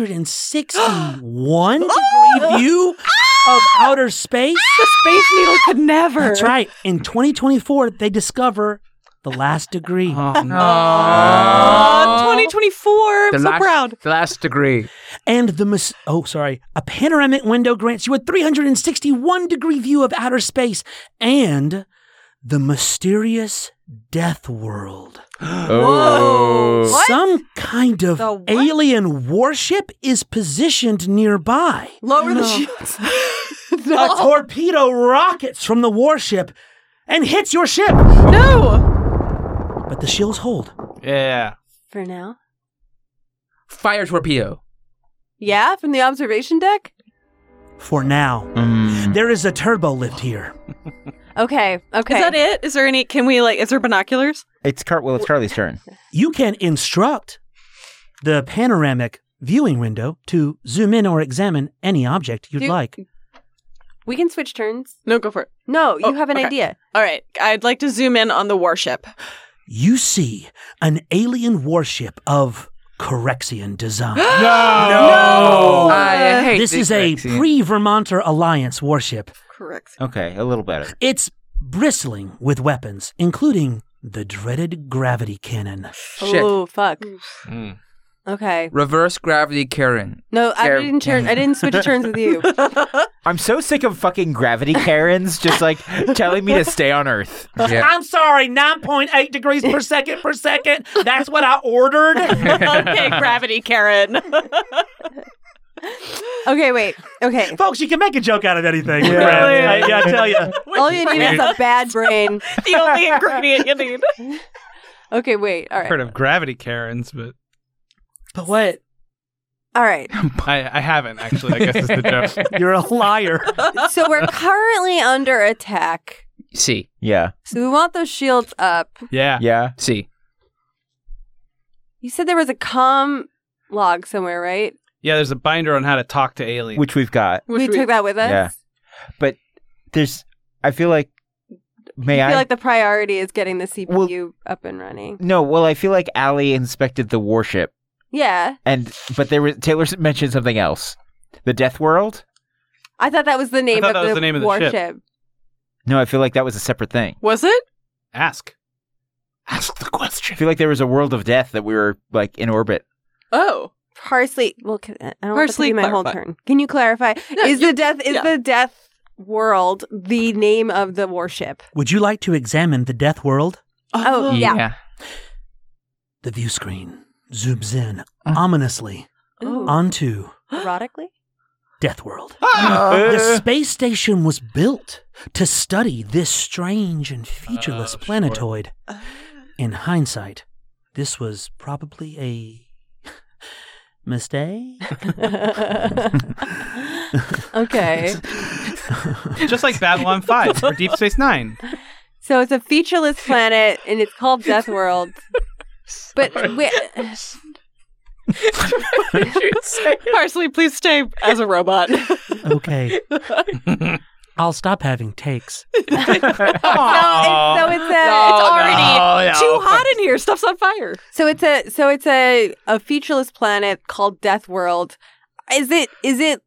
361 degree view of outer space. The Space Needle could never. That's right. In 2024, they discover The last degree. Oh, no. Aw, 2024. Uh, I'm Oh. the so last, proud. The last degree. and the mis- oh sorry a panoramic window grants you a 361 degree view of outer space and the mysterious death world Oh. Whoa. What? some kind of The what? alien warship is positioned nearby Lower the No. shields. a torpedo rockets from the warship and hits your ship no. but the shields hold Yeah. for now. Fire torpedo. Yeah, from the observation deck. for now Mm. there is a turbo lift here Okay, okay. Is that it? Is there any? Can we like? Is there binoculars? It's Car- well, it's Carly's turn. you can instruct the panoramic viewing window to zoom in or examine any object you'd Do- like We can switch turns. No, go for it. No, you Oh, have an okay. idea. All right, I'd like to zoom in on the warship. you see an alien warship of Corexian design. No. I hate this is a vaccine. pre Vermonter Alliance warship. Correct. Okay, a little better. It's bristling with weapons, including the dreaded gravity cannon. Shit. Oh fuck. Mm. Okay. reverse gravity Karen. No, I Care- didn't turn. I didn't switch turns with you. I'm so sick of fucking gravity Karens just like telling me to stay on Earth. Yeah. I'm sorry, 9.8 degrees per second per second. That's what I ordered. okay, gravity, Karen. Okay, wait. Okay. Folks, you can make a joke out of anything. Yeah. Gravity. I, I tell you. All you need is a bad brain. the only ingredient you need. Okay, wait. All I've right. heard of gravity Karens, but But what? All right. I, I haven't actually. I guess it's the joke. You're a liar. So we're currently under attack. C. Yeah, So we want those shields up. Yeah. yeah. C. You said there was a com log somewhere, right? Yeah, there's a binder on how to talk to aliens. Which we've got. we took that with us. Yeah. There's. I feel like. May I I? feel like the priority is getting the CPU Well- up and running. no. Well, I feel like Allie inspected the warship, Yeah. and but there was Taylor mentioned something else. The Death World. I thought that was the name thought of that was the, the name of the warship. ship. No, I feel like that was a separate thing. Was it? Ask. Ask the I question. feel like there was a world of death that we were like in orbit. Oh, Parsley. Well, can, I don't want this to Parsley, be my whole clarify. turn. Can you clarify? No, is you- the death is yeah. the death world the name of the warship? Would you like to examine the death world? Oh, yeah. The view screen zooms in ominously Ooh. Uh, onto Erotically? Death World. the Uh, space station was built to study this strange and featureless Oh, sure. planetoid. In hindsight, this was probably a mistake. okay. Just like Babylon 5 or Deep Space Nine. So it's a featureless planet and it's called Death World. But wait, Parsley, please stay as a robot. okay, I'll stop having takes. Aw. so it's a No, it's already Oh, yeah. Too hot in here. Stuff's on fire. So it's a so it's a a featureless planet called Death World. Is it is it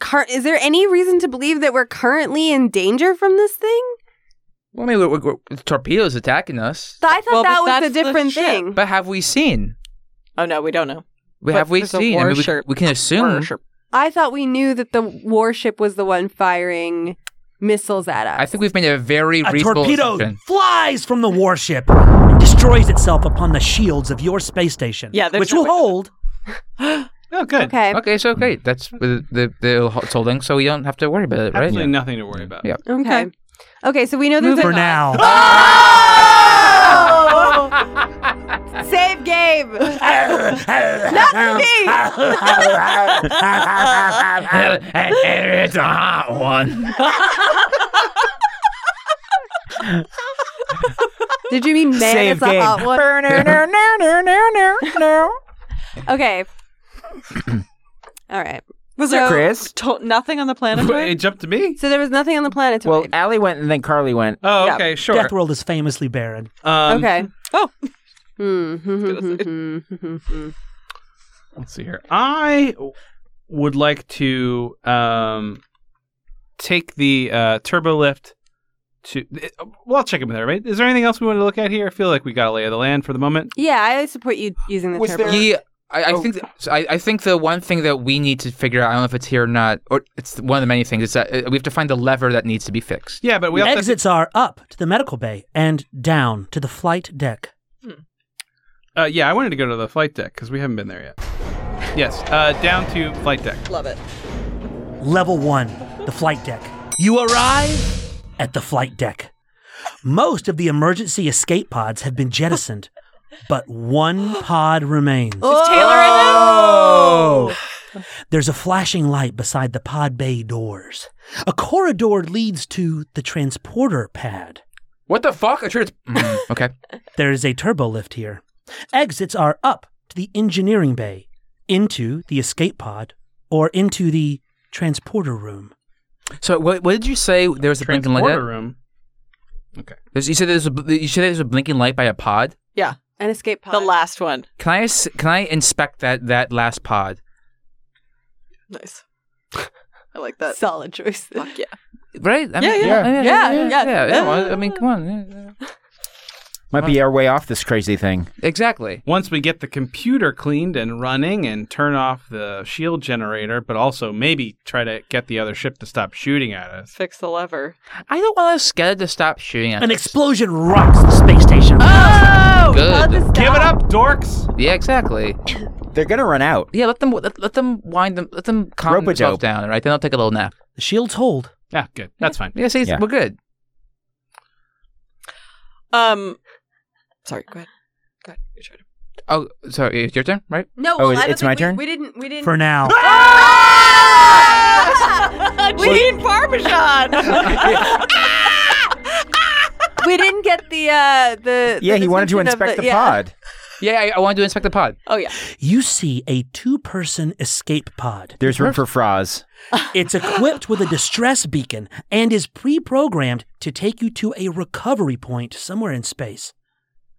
cur- is there any reason to believe that we're currently in danger from this thing? Well, I mean, we're, we're, the torpedoes attacking us. Th- I thought Well, that but was a that's the different ship. thing. But have we seen? Oh no, we don't know. We But have we there's a seen? I mean, we, warship. we can assume. Or- I thought we knew that the warship was the one firing missiles at us. I think we've made a very A reasonable torpedo assumption. flies from the warship and destroys itself upon the shields of your space station, Yeah, there's which no will way- hold Oh, good. okay. Okay, so great. That's the the, the ho- it's holding, so we don't have to worry about it, right? Absolutely nothing to worry about. Yeah. Okay. Okay, so we know there's for a now. Oh! save game. it's a hot one. Did you mean man Save is a game. hot one? No. Okay. All right. Was So- there Chris? to- nothing on the planet? But it jumped to me. So there was nothing on the planet. Well, Allie went and then Carly went. Oh, Yeah. okay, sure. Death World is famously barren. Um, okay. Oh. Hmm. Goodness. Let's see here. I would like to um, take the uh, turbo lift to. it- well, I'll check in with everybody. Is there anything else we want to look at here? I feel like we got a lay of the land for the moment. Yeah, I support you using the Was turbo. there- Yeah, I, Oh. I think th- so I, I think the one thing that we need to figure out, I don't know if it's here or not, or it's one of the many things, is that uh, we have to find the lever that needs to be fixed. Yeah, but we also Exits are up to the medical bay and down to the flight deck. Uh, yeah, I wanted to go to the flight deck because we haven't been there yet. Yes, uh, down to flight deck. Love it. Level 1, the flight deck. You arrive at the flight deck. Most of the emergency escape pods have been jettisoned, but one pod remains. Is Taylor in Oh! this? There's a flashing light beside the pod bay doors. A corridor leads to the transporter pad. What the fuck? I sure it's- Mm, okay. There is a turbo lift here. Exits are up to the engineering bay, into the escape pod, or into the transporter room. So what, what did you say? There was a blinking light. Transporter That, room. there's, you said there's a bl- you said there's a blinking light by a pod. Yeah, An escape pod. the last one. Can I s- can I inspect that that last pod? Nice. I like that. Solid choice. Fuck yeah. Right? I Yeah, mean, yeah. I mean, yeah, Yeah, yeah. yeah. I Uh, mean, come on. yeah, yeah. Might be our way off this crazy thing. Exactly. Once we get the computer cleaned and running and turn off the shield generator, but also maybe try to get the other ship to stop shooting at us. Fix the lever. I don't want us scared to stop shooting at An us. explosion rocks the space station. Oh, Good. love this Give it style. up, dorks! Yeah, exactly. They're gonna run out. Yeah, let them let, let them wind them let them calm Rope-a-dope. themselves down. Right? Then they'll take a little nap. The shields hold. Ah, good. That's fine. Yeah, see, Yeah. we're good. Um, sorry. Go ahead. Go ahead. You try to. Oh, sorry, it's your turn, right? No, Oh, well, I don't it's think my we- turn? We didn't. We didn't. For now. we need parmesan. we didn't get the uh the. Yeah, the he wanted to inspect description of the yeah. pod. Yeah, I, I want to inspect the pod. oh yeah. You see a two person escape pod. There's room for Froz. It's equipped with a distress beacon and is pre programmed to take you to a recovery point somewhere in space.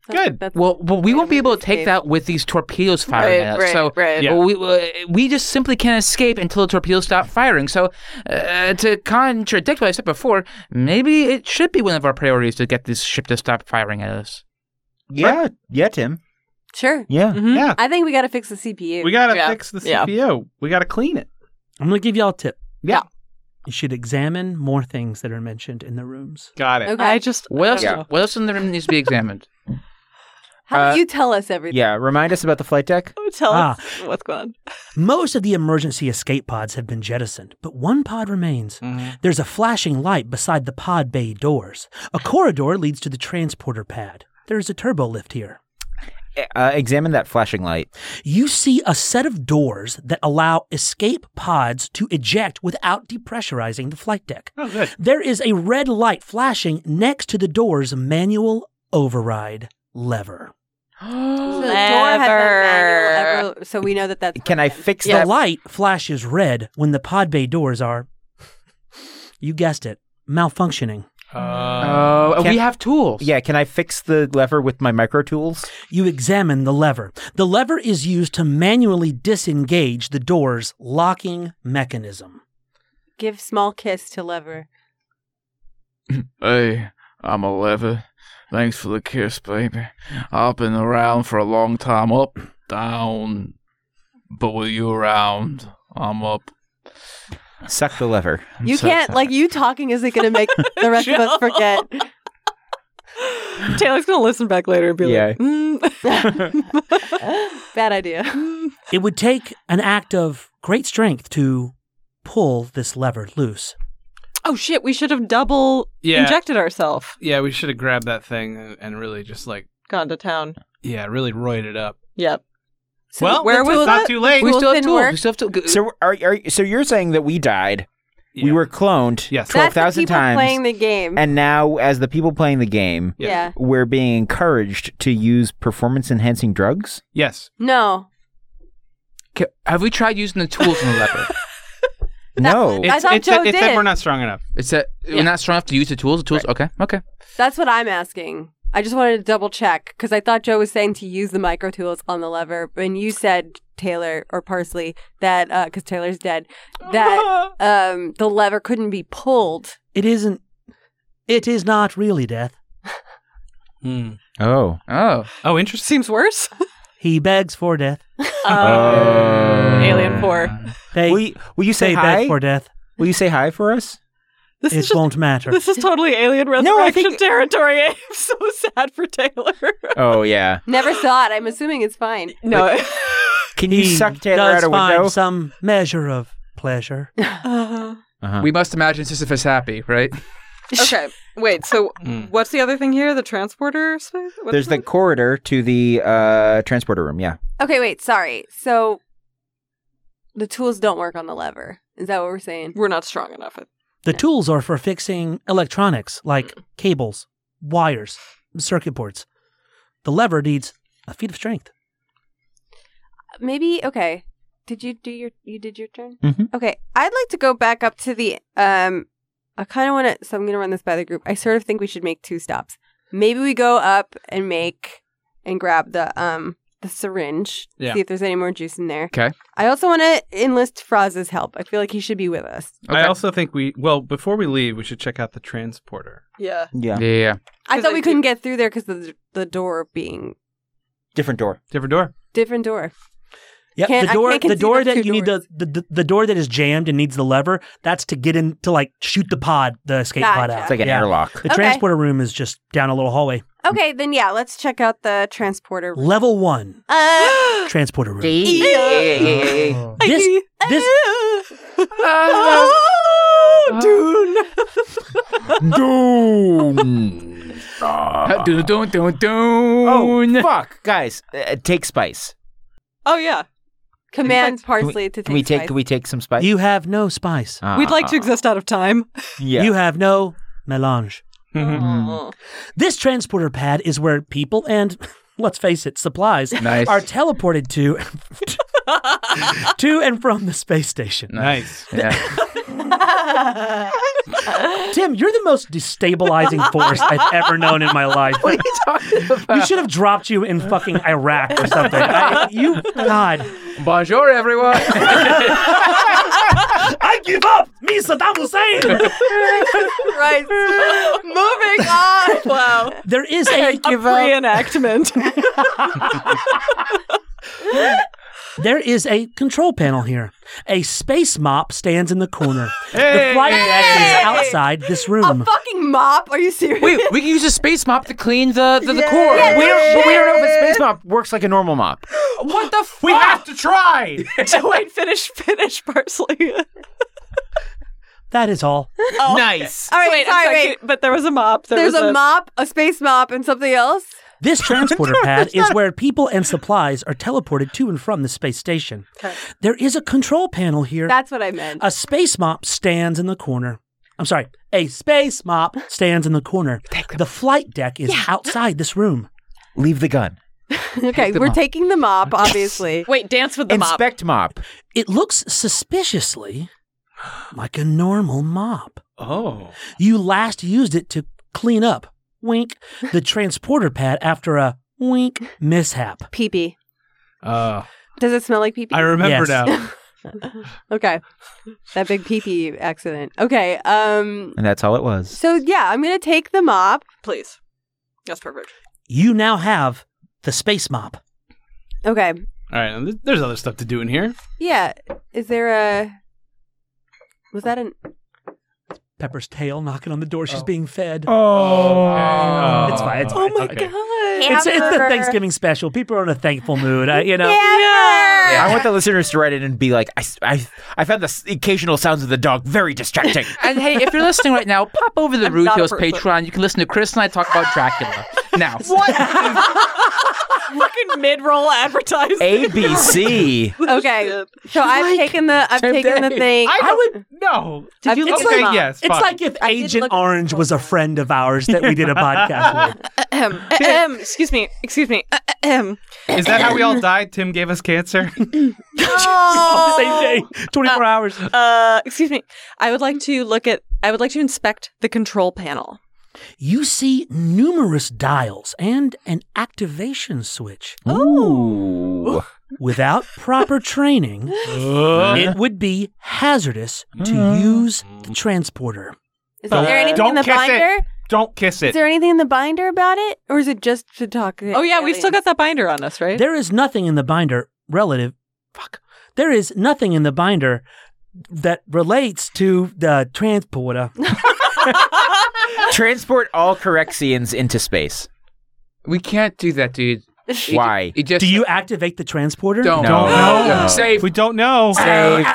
Good. That's- Well, well, we won't be able to escape. take that with these torpedoes firing Right, at us. right, so right. Yeah. we uh, we just simply can't escape until the torpedoes stop firing. So uh, to contradict what I said before, maybe it should be one of our priorities to get this ship to stop firing at us. Yeah, yeah, Tim. Sure. Yeah. Yeah, I think we got to fix the CPU. we gotta Yeah. fix the Yeah. CPU. We gotta clean it. I'm going to give y'all a tip. Yeah. You should examine more things that are mentioned in the rooms. Got it. okay. I just. What else? Yeah. What else in the room needs to be examined? How uh, do you tell us everything? Yeah. Remind us about the flight deck. Oh, Tell Ah. us what's going on. Most of the emergency escape pods have been jettisoned, but one pod remains. Mhm. There's a flashing light beside the pod bay doors. A corridor leads to the transporter pad. There is a turbo lift here. Uh, examine that flashing light. you see a set of doors that allow escape pods to eject without depressurizing the flight deck. Oh, good. There is a red light flashing next to the door's manual override lever. So the door has a Lever. manual, uh, so we know that that's. Can I fix The that? light flashes red when the pod bay doors are, you guessed it, malfunctioning. Uh, Uh, Can- we have tools. Yeah. Can I fix the lever with my micro tools? You examine the lever. The lever is used to manually disengage the door's locking mechanism. Give small kiss to lever. Hey, I'm a lever. Thanks for the kiss, baby. I've been around for a long time. Up, down. But with you around, I'm up. Suck the lever. I'm You so can't tired. like you talking isn't going to make the rest of us forget. Taylor's gonna listen back later and be like, mm. Bad idea. It would take an act of great strength to pull this lever loose. "Oh shit, we should have double Yeah. injected ourselves." yeah, we should have grabbed that thing and- and really just like, Gone to town. yeah, really roid it up. Yep. So well, where it's was not it? too late. we Tools still have didn't tools. work. We still have to. So are, are so you're saying that we died? We Yeah. were cloned Yes. twelve That's the thousand people times, playing the game. and now as the people playing the game, Yeah. yeah. we're being encouraged to use performance enhancing drugs. Yes. No. Ca- have we tried using the tools in the lever? no, I thought it's that- Joe it's that did. we're not strong enough. It's that Yeah. we're not strong enough to use the tools. The tools. Okay. Okay. That's what I'm asking. I just wanted to double check because I thought Joe was saying to use the micro tools on the lever, and you said Taylor or Parsley that because Taylor's dead that um, the lever couldn't be pulled. It isn't. i- It is not really death. Oh. Oh. Oh, interesting. Seems worse. He begs for death. Uh, Alien 4. They, Will you, will you say they hi? beg for death. Will you say hi for us? This it is just, won't matter. this is totally alien resurrection No, I think- territory. I'm so sad for Taylor. Oh yeah. Never saw it. I'm assuming it's fine. no. Can you he suck Taylor does out a find window? some measure of pleasure. Uh, Uh-huh. We must imagine Sisyphus happy, right? okay. Wait, so Mm. what's the other thing here? The transporter space? What's There's the that? corridor to the uh, transporter room. Yeah. Okay, wait. Sorry. So the tools don't work on the lever. Is that what we're saying? We're not strong enough. The tools are for fixing electronics like cables, wires, circuit boards. The lever needs a feat of strength. Maybe. Okay. Did you do your? You did your turn. Mhm. Okay. I'd like to go back up to the. Um. I kind of want to. So I'm gonna run this by the group. I sort of think we should make two stops. Maybe we go up and make and grab the um the syringe. Yeah. See if there's any more juice in there. 'Kay. I also want to enlist Fraz's help. I feel like he should be with us. I also think we well before we leave, we should check out the transporter. Yeah. Yeah. Yeah. I 'Cause thought I we do- couldn't get through there because the the door being Different door. Different door. different door. Yep, Can't- the I door can't the conceive door of that two you need the, the the- the door that is jammed and needs the lever, that's to get in to like shoot the pod, the escape pod Gotcha. out. It's like an Yeah. airlock. The Okay. transporter room is just down a little hallway. Okay, then yeah, let's check out the transporter. Level 1 Uh, transporter room. Hey. This this Ah. oh, Ah, Dune. Doom. Ah. Dun, dun, dun, dun. oh fuck, guys! Uh, take spice. oh, yeah. command Can we- parsley to take. Can we take? spice. Can we take some spice? Ah. you have no spice. We'd like to exist out of time. Yeah. You have no melange. Oh. This transporter pad is where people and let's face it, supplies Nice. are teleported to to and from the space station. Nice. Yeah. Tim, you're the most destabilizing force I've ever known in my life. What are you talking about? We should have dropped you in fucking Iraq or something. I, you, God. Bonjour, everyone. I give up! Me, Saddam Hussein! Right. Moving on. Wow. There is a, A reenactment. there is a control panel here. A space mop stands in the corner. The flight deck is outside this A room. fucking mop? Are you serious? Wait, we can use a space mop to clean the the, the Yeah. core. Yeah. We don't, but we don't know if a space mop works like a normal mop. What the fuck? to try. Wait, finish, finish, parsley. That is all. nice. All right, wait, I'm sorry, sorry, wait. But there was a mop. There There's was a mop, a space mop, and something else. This transporter pad is where people and supplies are teleported to and from the space station. There is a control panel here. That's what I meant. a space mop stands in the corner. I'm sorry, a space mop stands in the corner. The flight deck is outside this room. Leave the gun. okay, we're taking the mop, obviously. Wait, dance with the mop. Inspect mop. It looks suspiciously like a normal mop. Oh. You last used it to clean up, wink, the transporter pad after a wink mishap. Pee pee. Uh, Does it smell like pee pee? I remember Yes. now. okay. That big pee pee accident. Okay. Um. And that's all it was. So yeah, I'm gonna take the mop. Please. That's perfect. You now have the space mop. Okay. All right, and th- there's other stuff to do in here. Yeah. Is there a? Was that an? Pepper's tail knocking on the door. She's being fed. Oh. It's fine, it's fine, my god. It's, it's the Hamburger. Thanksgiving special. People are in a thankful mood. I, you know, Hamburger! I want the listeners to write in and be like, I, s- I, I found the s- occasional sounds of the dog very distracting. And hey, if you're listening right now, pop over to the not a Rudios person. Patreon. You can listen to Chris and I talk about Dracula. Now, Fucking mid-roll advertising. A B C. Oh, Okay. So I've taken the I've taken the thing. I would no. Did you I've- look okay, them up? yes. it's fine. like if I did Agent look at Orange was a friend of ours that we did a podcast with. Uh, Ahem. Ahem. Excuse me. Excuse me. uh, Ahem. is that how we all died? Tim gave us cancer. Same day, 24 hours. Uh, excuse me. I would like to look at. I would like to inspect the control panel. You see numerous dials and an activation switch. Ooh. Without proper training, Uh. it would be hazardous to use the transporter. Is there anything Mm-hmm. Don't in the kiss it. binder? Don't kiss it. Is there anything in the binder about it, or is it just to talk? Oh yeah, we've still got that binder on us, right? There is nothing in the binder relative. Fuck. There is nothing in the binder that relates to the transporter. Transport all Corexians into space. We can't do that, dude. It- Why? It just Do you activate the transporter? don't. No. No. No. Save. we don't know. Save.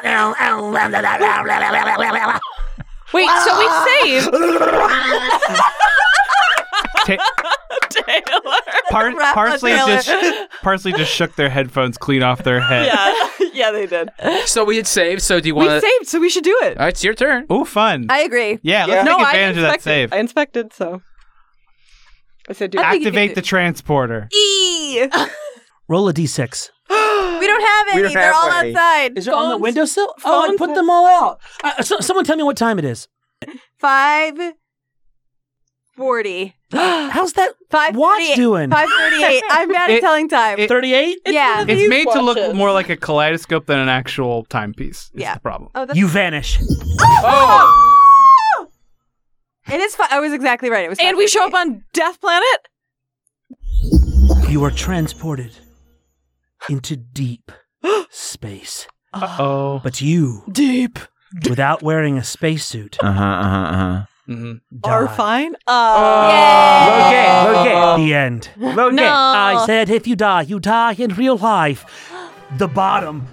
Wait, so we saved Ta- Taylor. par- Rafa parsley Taylor. just parsley just shook their headphones clean off their head. Yeah, yeah, they did. So we did save. So do you We want to? saved, so we should do it. All right, it's your turn. Ooh, fun. I agree. yeah, let's take advantage of that inspected- save. I inspected, so I said, do it. think you Activate can the transporter. E. Roll a d6. We don't have any. don't They're have all any. outside. Is it on the Phones. windowsill? Oh, I Phones. put them all out. Uh, so, someone tell me what time it is. Five forty. How's that Five watch doing? Five forty-eight. I'm bad at It- telling time. it- 38? yeah. one of It's These made to look watches. more like a kaleidoscope than an actual timepiece. Is Yeah. the problem. oh, that's You vanish. Oh, it is. Fi- I was exactly right. It was. and we show up 5:48. on Death Planet. You are transported into deep space. Uh oh. But you, Deep. without wearing a spacesuit, Uh huh. Uh huh. Are die. fine. Oh. Uh huh. Okay. The end. Okay. Okay. I said, if you die, you die in real life. The bottom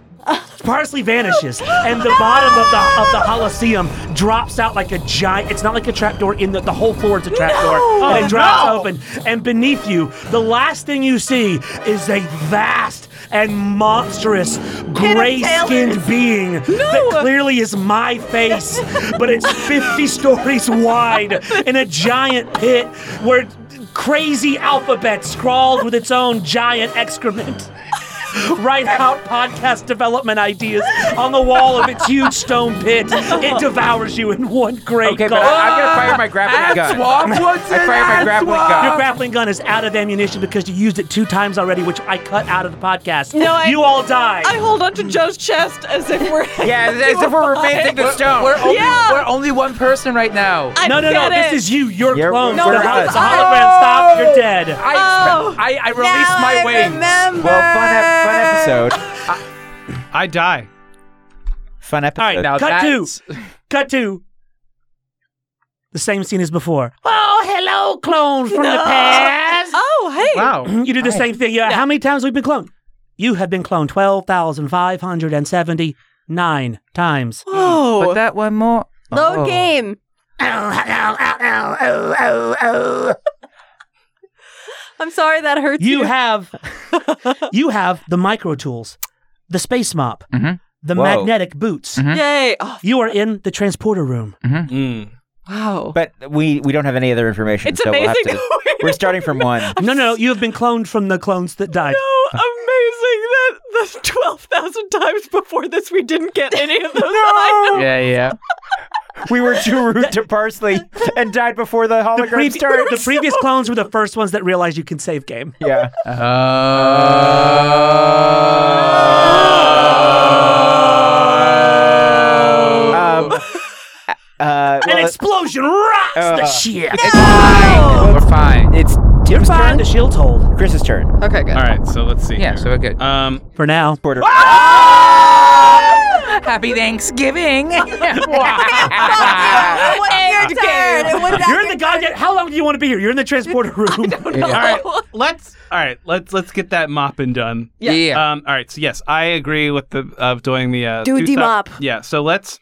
parsley vanishes, and the bottom of the of the Holosseum drops out like a giant. It's not like a trapdoor in the the whole floor is a trapdoor, and it drops open. And beneath you, the last thing you see is a vast and monstrous gray-skinned being that clearly is my face, but it's 50 stories wide in a giant pit where crazy alphabet scrawled with its own giant excrement. Write out podcast development ideas on the wall of its huge stone pit. It devours you in one great Okay, but gulp. I, I'm gonna fire my grappling gun. what's I fired my grappling Your Oh. gun. grappling gun is out of ammunition because you used it two times already, which I cut out of the podcast. No, I- you all die. I hold onto Joe's chest as if we're. Yeah, as if we're romancing the stone. We're only, Yeah. we're only one person right now. I no, no, no. get it. This is you. Your You're- clone. No, the we're hologram. us. The hologram stopped. You're dead. I, Oh. I, I release Now my I wings. remember. Well, fun, ep- fun episode. I die. Fun episode. All right, Now Cut to. that's- Cut to the same scene as before. Oh, hello, clone from the past. Oh, hey. Wow. You do the same thing. Yeah. How many times have we been cloned? You have been cloned 12,579 times. Whoa. But that one more. Low Oh. game. I'm sorry that hurts you. You have you have the micro tools, the space mop, Mhm. the Whoa. magnetic boots. Yay. Oh, You are in the transporter room. Mm. wow. But we we don't have any other information. It's so amazing. We'll have to, that we're starting from e-, one. No, no, you have been cloned from the clones that died. so amazing that the 12,000 times before this we didn't get any of those items. Yeah, yeah. We were too rude to Parsley and died before the The, hologram pre- started. the previous clones were the first ones that realized you can save game. yeah. Uh, Oh. Um, uh, An well, explosion rocks the uh, ship. We're fine. it's Tim's Turn turn. the shield's hold Chris's turn. Okay, good. All right, so let's see. Yeah, here. so we're good. um, for now. Porter. Happy Thanksgiving. It was your turn. It was You're in the goddamn. How long do you want to be here? You're in the transporter room. all right, let's. All right, let's let's get that mopping done. yeah. Um, all right. So yes, I agree with the of doing the uh, Do a two demop. stop- Yeah. So let's.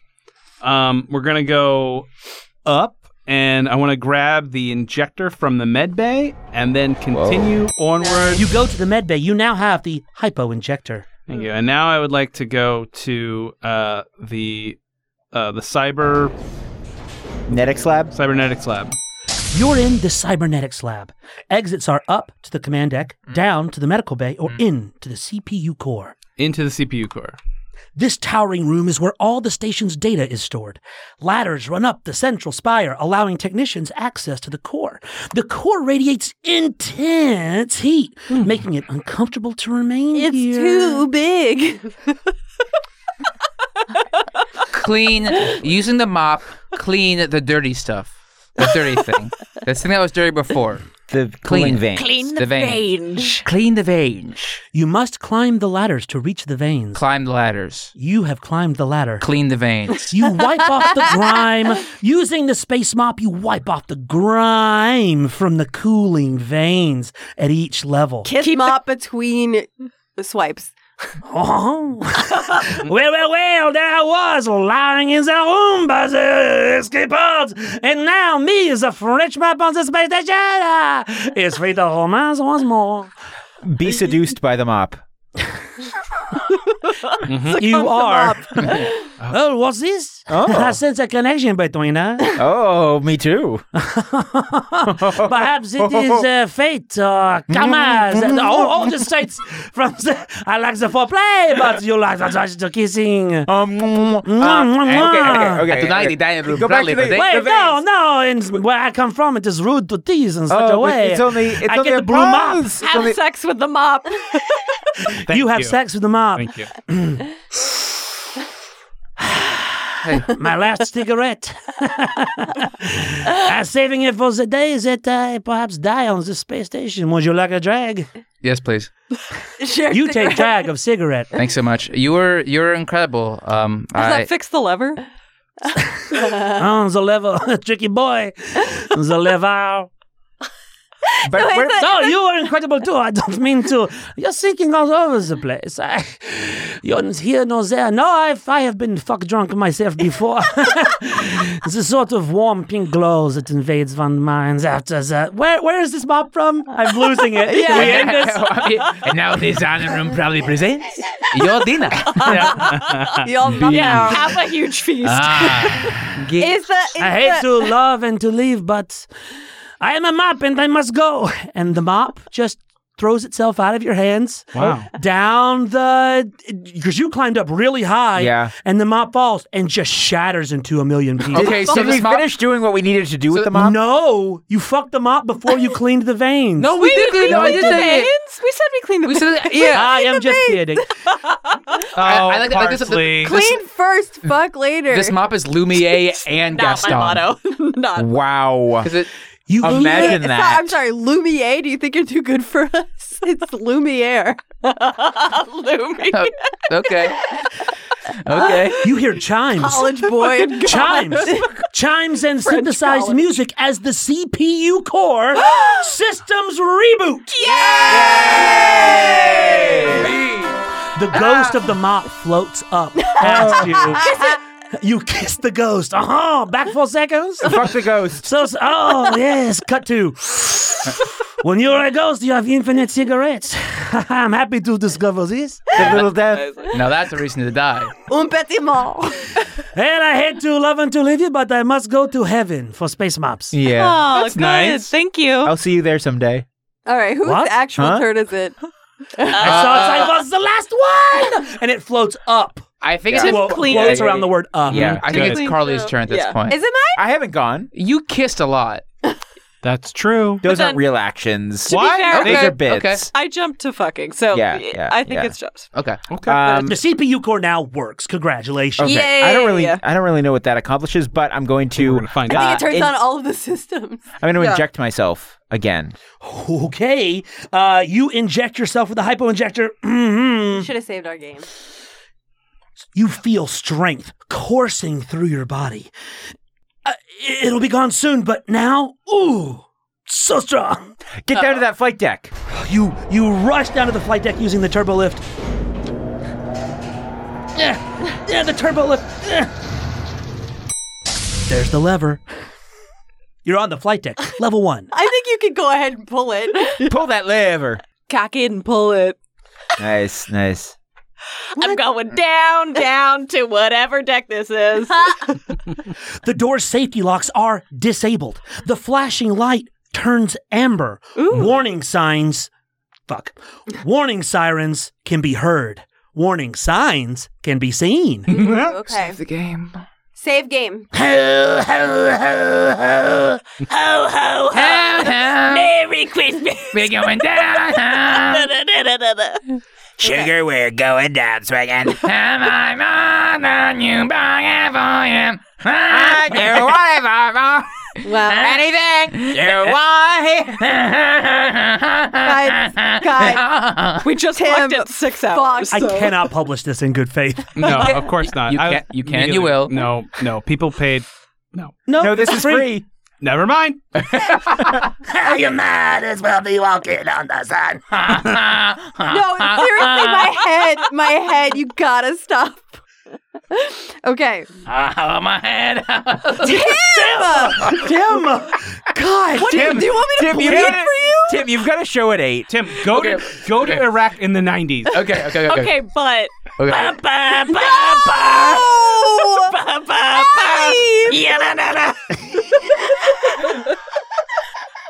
Um, we're gonna go up, and I want to grab the injector from the med bay, and then continue onward. You go to the med bay. You now have the hypo injector. Thank you. And now I would like to go to uh, the uh, the cyber Netics Lab. cybernetics lab. You're in the cybernetics lab. Exits are up to the command deck, Mm. down to the medical bay, or in to the CPU core. into the CPU core. This towering room is where all the station's data is stored. Ladders run up the central spire, allowing technicians access to the core. The core radiates intense heat, making it uncomfortable to remain Hmm. It's here. too big. Clean, using the mop, clean the dirty stuff. The dirty thing. The thing that was dirty before. The clean veins. Clean the, veins. Clean the veins. You must climb the ladders to reach the veins. Climb the ladders. You have climbed the ladder. Clean the veins. You wipe off the grime. Using the space mop, you wipe off the grime from the cooling veins at each level. Keep up between the swipes. Oh. well, well, well, there I was, lying in the room by the escape pods, and now me is a French map on the space station. Ah, It's free to romance once more. Be seduced by the mop. You are. oh, what's this? Oh. I sense a connection between us. Oh, me too. Perhaps it is uh, Oh, fate or karma. Mm-hmm. that- all, all the states from the. I like the foreplay, but you like the touch, the kissing. Um, Mwah, okay, okay, Tonight okay. they die in Go back to Bradley, but the- they- Wait, the no, no. In where I come from, it is rude to tease in such a Oh, but way. it's only it's I only get a the broom up. bronze. It's Have only- sex with the mop. Thank you have sex with the mop. Thank you. My last cigarette. I'm saving it for the day that I perhaps die on the space station. Would you like a drag? Yes, please. Shared You cigarette. take drag of cigarette. Thanks so much. You were you're incredible. Um, Does I, that fix the lever? on the level, tricky boy. The level. But where- No, you are incredible too. I don't mean to. You're sinking all over the place. I, you're not here nor there. No, I, I have been fuck drunk myself before. the sort of warm pink glow that invades one's minds after that. Where, where is this mop from? I'm losing it. Can we end this? and now this honor room probably presents. your dinner. You all mop yeah. Have a huge feast. Ah. Is the is I hate the, to love and to leave, but I am a mop and I must go. And the mop just throws itself out of your hands. Wow. Down the because you climbed up really high. Yeah. And the mop falls and just shatters into a million pieces. okay, so Did we this mop. finish doing what we needed to do with the mop? No, you fucked the mop before you cleaned the veins. Oh, No, we did clean. we No, I cleaned did the say it. veins. We said we cleaned the We veins. said yeah. I am just kidding. Oh, I like- I like this- parsley. clean first, fuck later? This mop is Lumiere and Not Gaston. my motto. Not. Wow. Is it? You Imagine It's not- that. I'm sorry, Lumiere. Do you think you're too good for us? It's Lumiere. Oh, Lumi. okay. Okay. you hear chimes. College boy. chimes, chimes, and synthesized college. music as the CPU core systems reboot. The ghost of the mop floats up past you. You kiss the ghost. Uh huh. Back four seconds. Fuck the ghost. So, so- oh yes, cut to. When you're a ghost, you have infinite cigarettes. I'm happy to discover this. The little death. Now that's a reason to die. Un petit mort. And I hate to love and to leave you, but I must go to heaven for space mops. Yeah. Oh, That's good. nice. Thank you. I'll see you there someday. All right, whose What? actual Huh? turn is it? I saw it I was the last one, and it floats up. I think It it's wo- clean. floats around the word um, up. Yeah. I think it's Good. Carly's turn at this Yeah. point. Is it mine? I haven't gone. you kissed a lot. That's true. Those But aren't then- real actions. To be Why? fair, Those Okay, are bits. okay. I jumped to fucking. So Yeah, yeah, I think yeah. it's jobs. Okay. Okay. Um, the CPU core now works. Congratulations. okay. Yeah, I don't yeah, really, yeah. I don't really know what that accomplishes, but I'm going We're to, gonna find uh, out. I think it turns in- on all of the systems. I'm going to Yeah. inject myself again. Okay. Uh, you inject yourself with a hypo injector. Mhm. Should have saved our game. You feel strength coursing through your body. Uh, i- it'll be gone soon, but now, ooh, so strong. Get down to that flight deck. You you rush down to the flight deck using the turbo lift. Yeah, yeah, the turbo lift. Yeah. There's the lever. You're on the flight deck, level one. I think you could go ahead and pull it. Pull that lever. Cock it and pull it. Nice, nice. I'm going down, down to whatever deck this is. The door's safety locks are disabled. The flashing light turns amber. Warning signs. Fuck. Warning sirens can be heard. Warning signs can be seen. okay. Save the game. Save game. Ho, ho, ho, ho. Ho, Oh, ho, ho. Merry Christmas. We're going down. Sugar, we're going down swinging. Am I more than you bargained for? Am I I do whatever. Well, Anything you want. guys, guys, We just Tim, looked at six hours. I so- cannot publish this in good faith. No, of course not. You I- can- you can, you immediately- will. No, no. People paid. No. No, this is free. Never mind. you might as well be walking on the sun. No, seriously, my head, my head, you gotta stop. okay. Oh, my head. Tim! Tim, God, Tim, do you want me to Tim, you gotta, for you? Tim, you've got a show at eight. Tim, go to go okay. to Iraq in the nineties. Okay, okay, okay. Okay, but okay.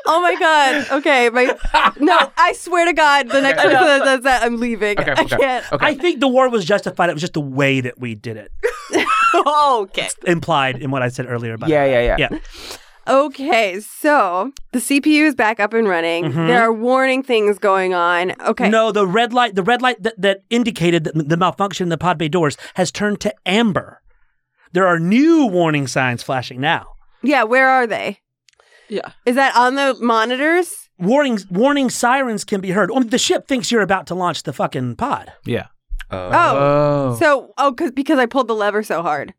Oh my god. Okay, my No, I swear to god, the next person that does that, I'm leaving. Okay, I okay. can't. Okay. I think the war was justified. It was just the way that we did it, okay. implied in what I said earlier about Yeah, yeah, yeah. Yeah. Okay, so the CPU is back up and running. Mm-hmm. There are warning things going on. Okay. No, the red light, the red light that, that indicated that the malfunction in the pod bay doors has turned to amber. There are new warning signs flashing now. Yeah, where are they? Yeah. Is that on the monitors? Warning, warning sirens can be heard. Oh, the ship thinks you're about to launch the fucking pod. Yeah. Oh. So, oh, cause, because I pulled the lever so hard.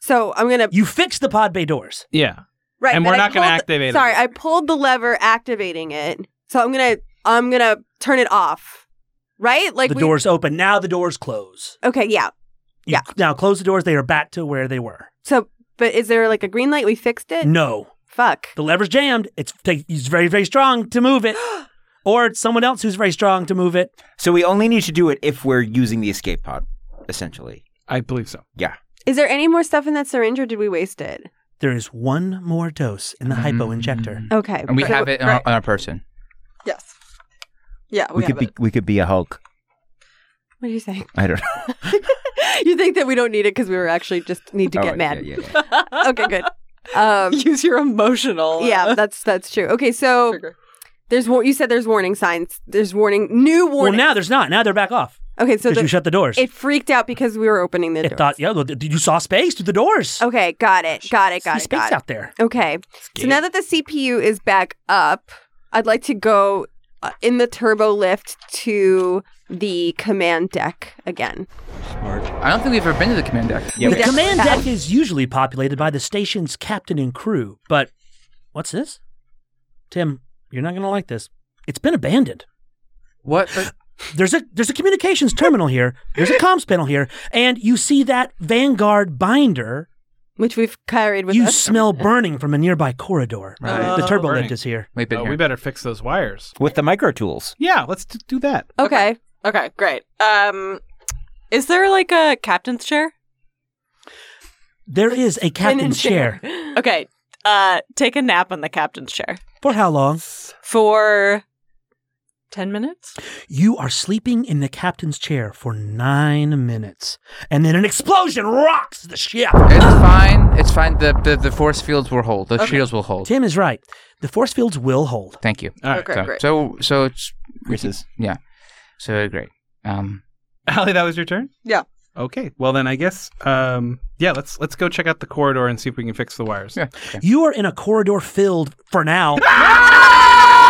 So I'm gonna You fix the pod bay doors. Yeah. right, and but we're I not gonna pulled- activate it. Sorry, I pulled the lever activating it. So I'm gonna I'm gonna turn it off. Right? Like the we- doors open. Now the doors close. Okay, yeah. You Yeah. Now close the doors. They are back to where they were. So, but is there like a green light? We fixed it. No. Fuck. The lever's jammed. It's, take, it's very, very strong to move it. Or it's someone else who's very strong to move it. So we only need to do it if we're using the escape pod, essentially. I believe so. Is there any more stuff in that syringe, or did we waste it? There is one more dose in the Mm-hmm. hypo injector. Okay. And we So- have it uh, on our, right. on our person. Yes. Yeah, we, We, could have be it. we could be a Hulk. What do you think? I don't know. you think that we don't need it because we were actually just need to Oh, get yeah, mad? yeah, yeah. Okay, good. Um, Use your emotional. uh, yeah, that's that's true. Okay, so trigger. there's war- you said there's warning signs. There's warning, new Well, warning. now there's not. Now they're back off okay, so because the, you shut the doors. it freaked out because we were opening the It door. thought, yeah, well, th- you saw space through the doors. okay, got it, got it, See got it, space got it. out there. Okay, so now that the CPU is back up, I'd like to go uh, in the turbo lift to the command deck again. I don't think we've ever been to the command deck. Yeah, the we- command Yeah. deck is usually populated by the station's captain and crew, but what's this? Tim, you're not going to like this. It's been abandoned. What? There's a there's a communications terminal here. There's a comms panel here, and you see that Vanguard binder. which we've carried with You us. smell burning from a nearby corridor. Oh. Right. The turbo Burning. lift is here. We've been Oh, here. we better fix those wires. With the micro tools. Yeah, let's t- do that. okay. Okay, great. Um, is there like a captain's chair? There is a captain's chair. Okay, uh, take a nap on the captain's chair For how long? for ten minutes. You are sleeping in the captain's chair for nine minutes, and then an explosion rocks the ship. It's fine. It's fine. The, the the force fields will hold. The shields will hold. Tim is right. The force fields will hold. Thank you. All right. Okay, So great. so so it's Reese's. yeah. So great. Um. Allie, that was your turn? Yeah. Okay. Well then I guess um yeah, let's let's go check out the corridor and see if we can fix the wires. Yeah. You are in a corridor filled for now. oh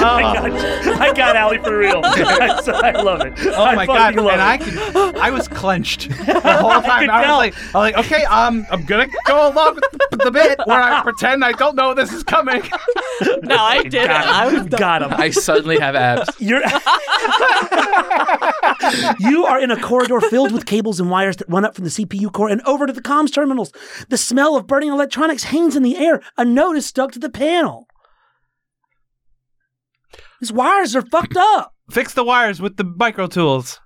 Oh. my god! I got Allie for real. I, I love it. Oh my god! Love And it. I, could, I was clenched the whole time. I, tell. was like, I was like, okay, um, I'm gonna go along with the, the bit where I pretend I don't know this is coming. No, I did. it. I was got him. I suddenly have abs. You're you are in a corridor filled with cables and wires that run up from the CPU core and over to the comms terminals. The smell of burning electronics hangs in the air. A note is stuck to the panel. These wires are fucked up. Fix the wires with the micro tools.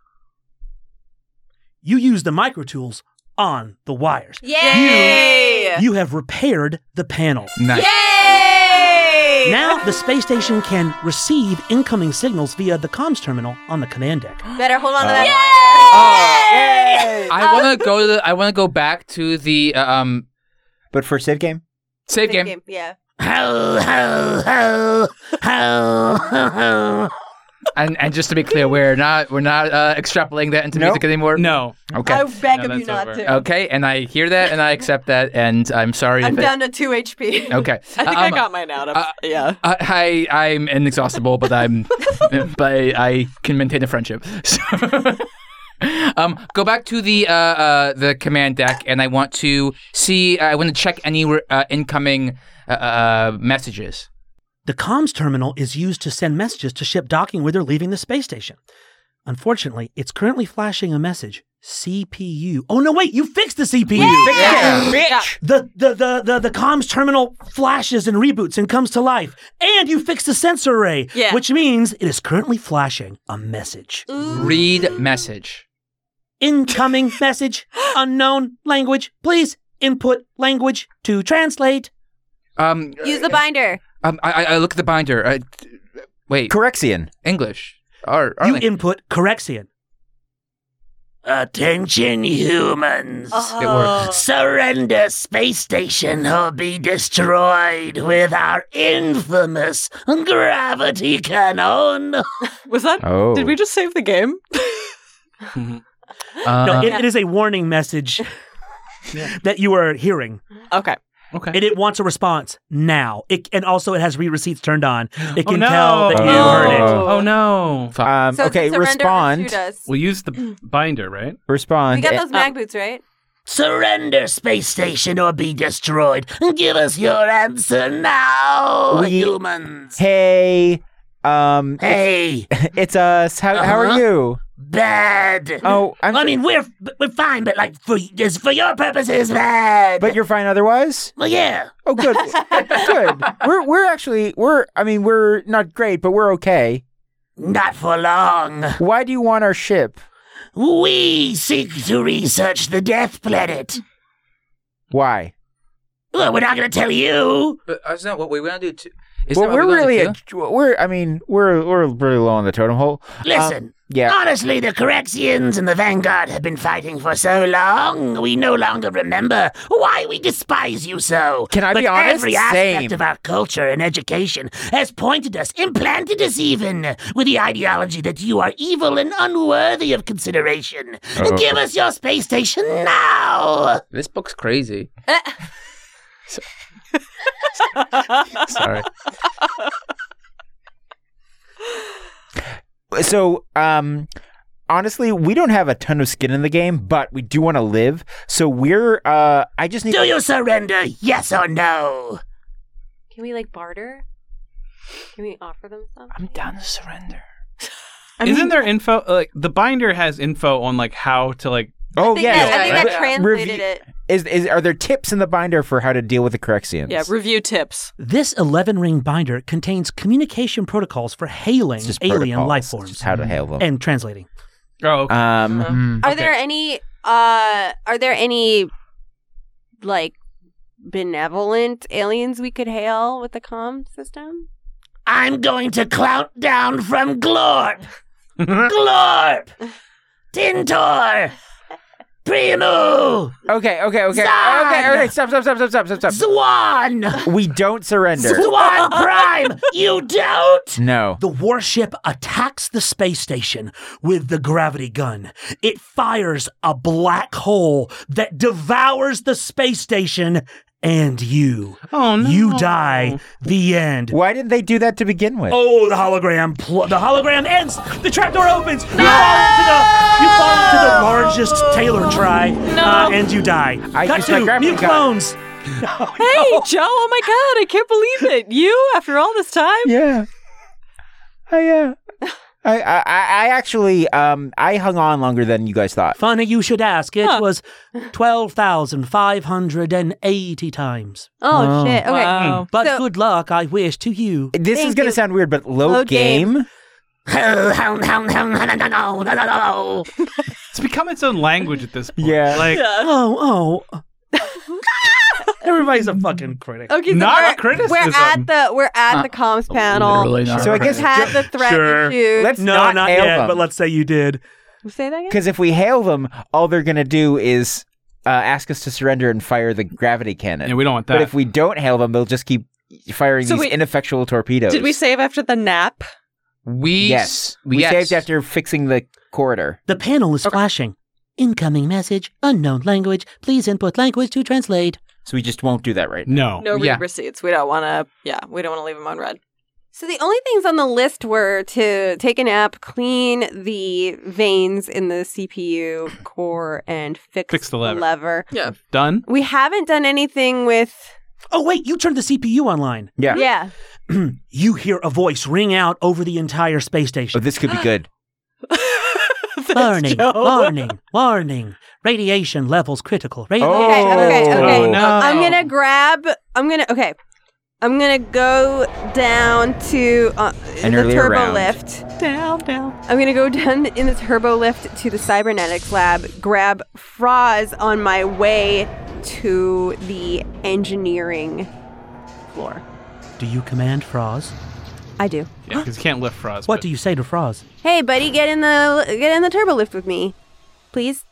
You use the micro tools on the wires. Yay! You have repaired the panel. Nice. Yay! Now the space station can receive incoming signals via the comms terminal on the command deck. Better hold on to that. I want to go to the. I want to go back to the uh, um But for said game? save Big game. Yeah. Ho, ho, ho, ho, ho, ho. and and just to be clear, we're not we're not uh, extrapolating that into music anymore. No. Okay. I beg of you not to. Okay, and I hear that and I accept that, and I'm sorry. I'm if it- down to two HP. Okay. I think I Um, got mine out. I'm- yeah. I, I I'm inexhaustible, but I'm but I can maintain a friendship. So, um, go back to the uh, uh the command deck, and I want to see. I want to check any uh, incoming uh, uh messages. The comms terminal is used to send messages to ship docking when they're leaving the space station. Unfortunately, it's currently flashing a message. CPU. Oh no, wait, you fixed the CPU. We fixed it, Yeah. The, the the the the comms terminal flashes and reboots and comes to life. And you fixed the sensor array, Yeah. which means it is currently flashing a message. Read message. Incoming message, unknown language. Please input language to translate. Um, Use the binder. um I, I- I look at the binder. I, wait. Correxian. English. Our, our you language. input Correxian. Attention, humans. It Oh. worked. Surrender space station or be destroyed with our infamous gravity cannon. Was that? Oh. Did we just save the game? no, Uh, it- it is a warning message that you are hearing. Okay. Okay. And it wants a response now. It and also it has read receipts turned on. It Oh, can no. tell that you Oh, heard it. no. Oh, no. Um, So okay, surrender or respond. shoot us. We'll use the binder, right? Respond. We got Eh, those uh, mag boots, right? Surrender space station or be destroyed. Give us your answer now, We- humans. Hey. Um, Hey. It's us. How, how Uh-huh. are you? Bad. Oh, I'm- I mean, we're we're fine, but like for just for your purposes, bad. But you're fine otherwise? Well, yeah. Oh, good. good. We're we're actually we're I mean, we're not great, but we're okay. Not for long. Why do you want our ship? We seek to research the Death Planet. Why? Well, we're not gonna tell you. But that's Uh, not what we want to do. Too. well, we're really a, we're I mean, we're we're really low on the totem hole. Um, Listen. yeah. Honestly, the Correxians and the Vanguard have been fighting for so long, we no longer remember why we despise you so. Can I but be honest? Every aspect Same. of our culture and education has pointed us, implanted us even, with the ideology that you are evil and unworthy of consideration. Uh-oh. Give us your space station now! This book's crazy. Sorry. So, um, honestly, we don't have a ton of skin in the game, but we do want to live. So we're. Uh, I just need. Do you surrender, yes or no? Can we like barter? Can we offer them something? I'm down to surrender. Isn't there info? Like the binder has info on like how to like. Oh think that- I think that translated it. Is, is are there tips in the binder for how to deal with the Correxians? Review tips. This 11 ring binder contains communication protocols for hailing It's just alien protocols. life It's forms. just how to hail them. And translating. Oh, okay. Um, Uh-huh. Are there any uh are there any like benevolent aliens we could hail with the comm system? I'm going to clout down from Glorp. Glorp! Tintor! Primo! Okay, okay, okay. Zod! Okay, okay, stop, stop, stop, stop, stop, stop, stop. Swan! We don't surrender. Swan Prime! You don't! No. The warship attacks the space station with the gravity gun. It fires a black hole that devours the space station and you. Oh no. You die. The end. Why didn't they do that to begin with? Oh, the hologram. Pl- the hologram ends. The trapdoor opens. You fall to the, you fall to the largest Taylor try uh, and you die. I Cut used my to gravity new gun. clones. Hey, Joe! Oh my God! I can't believe it. You after all this time? Yeah. I, uh, yeah. I, I, I I actually, um, I hung on longer than you guys thought. Funny you should ask. It was 12,580 times. Oh shit. Okay. But good luck, I wish, to you. This is going to sound weird, but low, Low game. game. It's become its own language at this point. Yeah. Like Oh, oh. Everybody's a fucking critic. Okay, so Not we're, a criticism. we're at the we're at Not- the comms panel. Uh, literally not So I guess had ju- the threat issued. Let's No, not, not hail yet, them. but let's say you did. Say that again. Because if we hail them, all they're going to do is uh, ask us to surrender and fire the gravity cannon. Yeah, we don't want But that. if we don't hail them, they'll just keep firing So these wait, ineffectual torpedoes. Did we save after the nap? We yes, we yes. saved after fixing the corridor. The panel is flashing. Incoming message, unknown language. Please input language to translate. So we just won't do that right now. No read receipts. We don't want to. Yeah, we don't want to leave them on red. So the only things on the list were to take a nap, clean the veins in the CPU core, and fix, Fix the lever. Yeah. Done. We haven't done anything with. Oh wait, you turned the CPU online. Yeah. Yeah. you hear a voice ring out over the entire space station. Oh, this could be good. warning, Joe. warning, warning. Radiation levels critical. Radiation. Okay, okay, Oh. okay. I'm gonna grab. I'm gonna. Okay. I'm gonna go down to uh, An the earlier turbo round. lift. Down, down. I'm gonna go down in the turbo lift to the cybernetics lab, grab Froz on my way to the engineering floor. Do you command Froz? I do. Yeah, because you can't lift Froz. What do you say to Froz? Hey, buddy, get in the get in the turbo lift with me, please.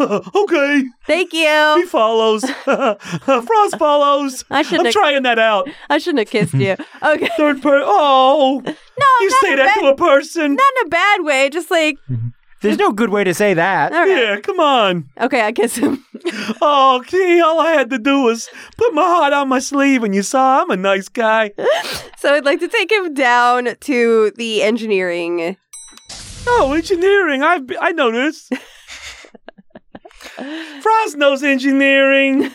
okay. Thank you. He follows. Froz follows. I shouldn't. I'm have- trying that out. I shouldn't have kissed you. Okay. Third person. Oh. No. You say that to a person. Not in a bad way. Just like There's no good way to say that. All right. Yeah, come on. okay, I kiss him. Oh, gee, all I had to do was put my heart on my sleeve, and you saw I'm a nice guy. So I'd like to take him down to the engineering. Oh, engineering. I I know this. Frost knows engineering.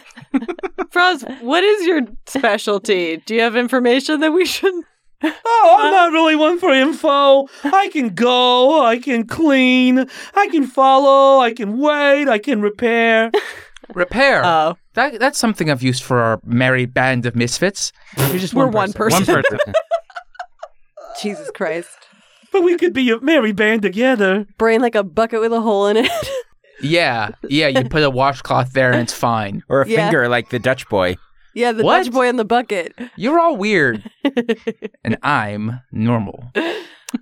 Froz, what is your specialty? Do you have information that we should? Uh. Oh, I'm not really one for info. I can go, I can clean, I can follow, I can wait, I can repair. Repair. Oh. That, that's something I've used for our merry band of misfits. You're just We're one person. One person. Jesus Christ. But we could be a merry band together. Brain like a bucket with a hole in it. yeah, yeah. You put a washcloth there and it's fine. Or a Yeah. finger like the Dutch boy. yeah, the What? Dutch boy in the bucket. You're all weird, and I'm normal.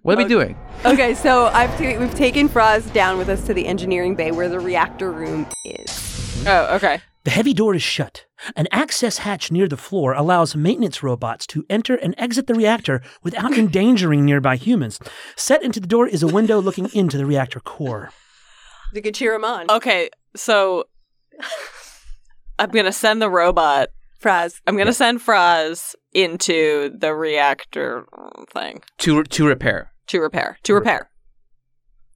What are we doing? Okay, so I've ta- we've taken Froz down with us to the engineering bay where the reactor room is. Oh, okay. The heavy door is shut. An access hatch near the floor allows maintenance robots to enter and exit the reactor without endangering nearby humans. Set into the door is a window looking into the reactor core. You could cheer him on. Okay, so I'm gonna send the robot Froz. I'm gonna send Froz into the reactor thing To to repair. to repair. To repair.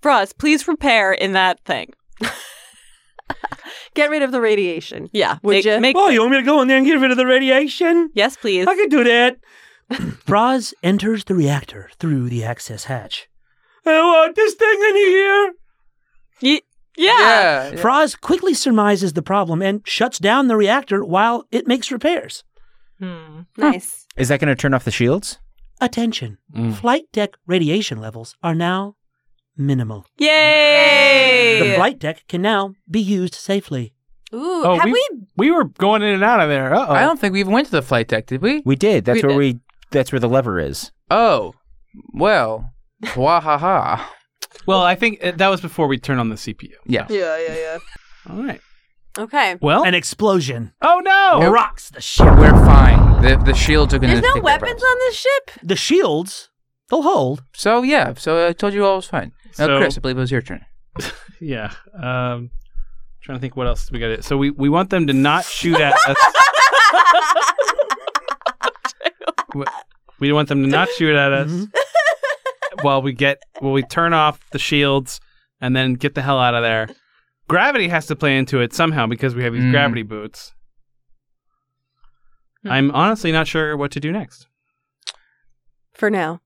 Froz, please repair in that thing. Get rid of the radiation. Yeah, Would you? oh, you want me to go in there and get rid of the radiation? Yes, please. I can do that. Braz enters the reactor through the access hatch. I want Uh, this thing in here. yeah. Froz quickly surmises the problem and shuts down the reactor while it makes repairs. Hmm. Hmm. Nice. Is that going to turn off the shields? Attention. Mm. Flight deck radiation levels are now minimal. Yay! The flight deck can now be used safely. Ooh, Oh, have we, we... we were going in and out of there. Uh oh. I don't think we even went to the flight deck, did we? We did. That's We where did. we. That's where the lever is. Oh, well, wahaha. Well, I think uh, that was before we turned on the CPU. Yeah. Yeah, yeah, yeah. All right. Okay. Well. An explosion oh no. rocks the ship. We're fine. The the shields are gonna. There's no take care of weapons us. on this ship? The shields, they'll hold. So yeah, so I told you all was fine. Now, So- Oh, Chris, I believe it was your turn. Yeah. Um, trying to think what else we got to do. So we, we want them to not shoot at us. We- we want them to not shoot at us while we get while we turn off the shields and then get the hell out of there. Gravity has to play into it somehow because we have these Mm. gravity boots. I'm honestly not sure what to do next. For now.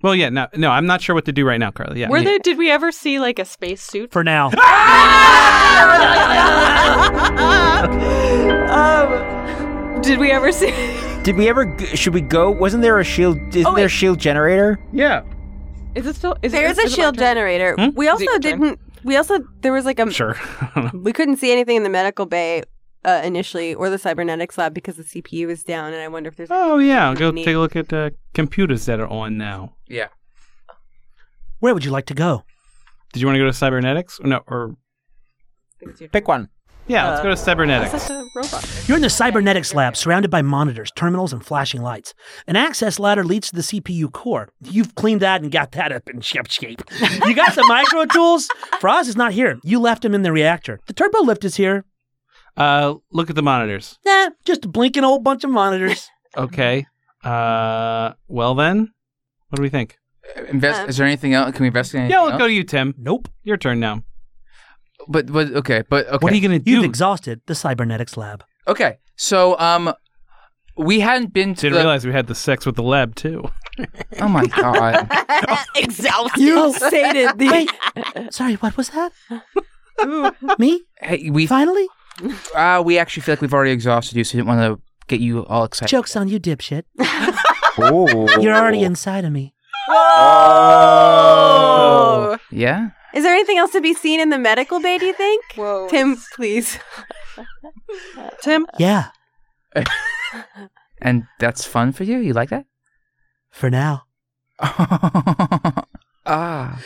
Well, yeah, no, no, I'm not sure what to do right now, Carly. Yeah, Were yeah. there did we ever see like a space suit? For now. um Did we ever see Did we ever? g- Should we go? Wasn't there a shield? Isn't Oh, there a wait. shield generator? yeah. Is it still is it- There's is a it my shield turn? generator. Hmm? We it also your turn? didn't. We also there was like a. sure. We couldn't see anything in the medical bay uh, initially, or the cybernetics lab because the CPU is down, and I wonder if there's. oh yeah, I'll go Neat. take a look at uh, computers that are on now. Yeah. Where would you like to go? Did you want to go to cybernetics? No, or Pick one. Yeah, Uh, let's go to cybernetics. Is that the robot? You're in the cybernetics lab, surrounded by monitors, terminals, and flashing lights. An access ladder leads to the CPU core. You've cleaned that and got that up in shape shape. You got the micro tools. Froz is not here. You left him in the reactor. The turbo lift is here. Uh, look at the monitors. Nah, just a blinking whole bunch of monitors. Okay. Uh, well then, what do we think? Uh, Invest. is there anything else? Can we investigate? Anything Yeah, we'll else? go to you, Tim. Nope. Your turn now. But but okay. But okay. What are you gonna do? You've exhausted the cybernetics lab. Okay. So um, we hadn't been to. Didn't the- realize we had the sex with the lab too. Oh my god. Exhausted. You sated the- Wait, sorry, what was that? Me? hey, we Finally? uh, we actually feel like we've already exhausted you, so we didn't want to get you all excited. Joke's on you, dipshit. Oh. You're already inside of me. Oh. Yeah. Is there anything else to be seen in the medical bay, do you think? Whoa. Tim, please. Tim. Yeah, And that's fun for you. You like that? for now. ah.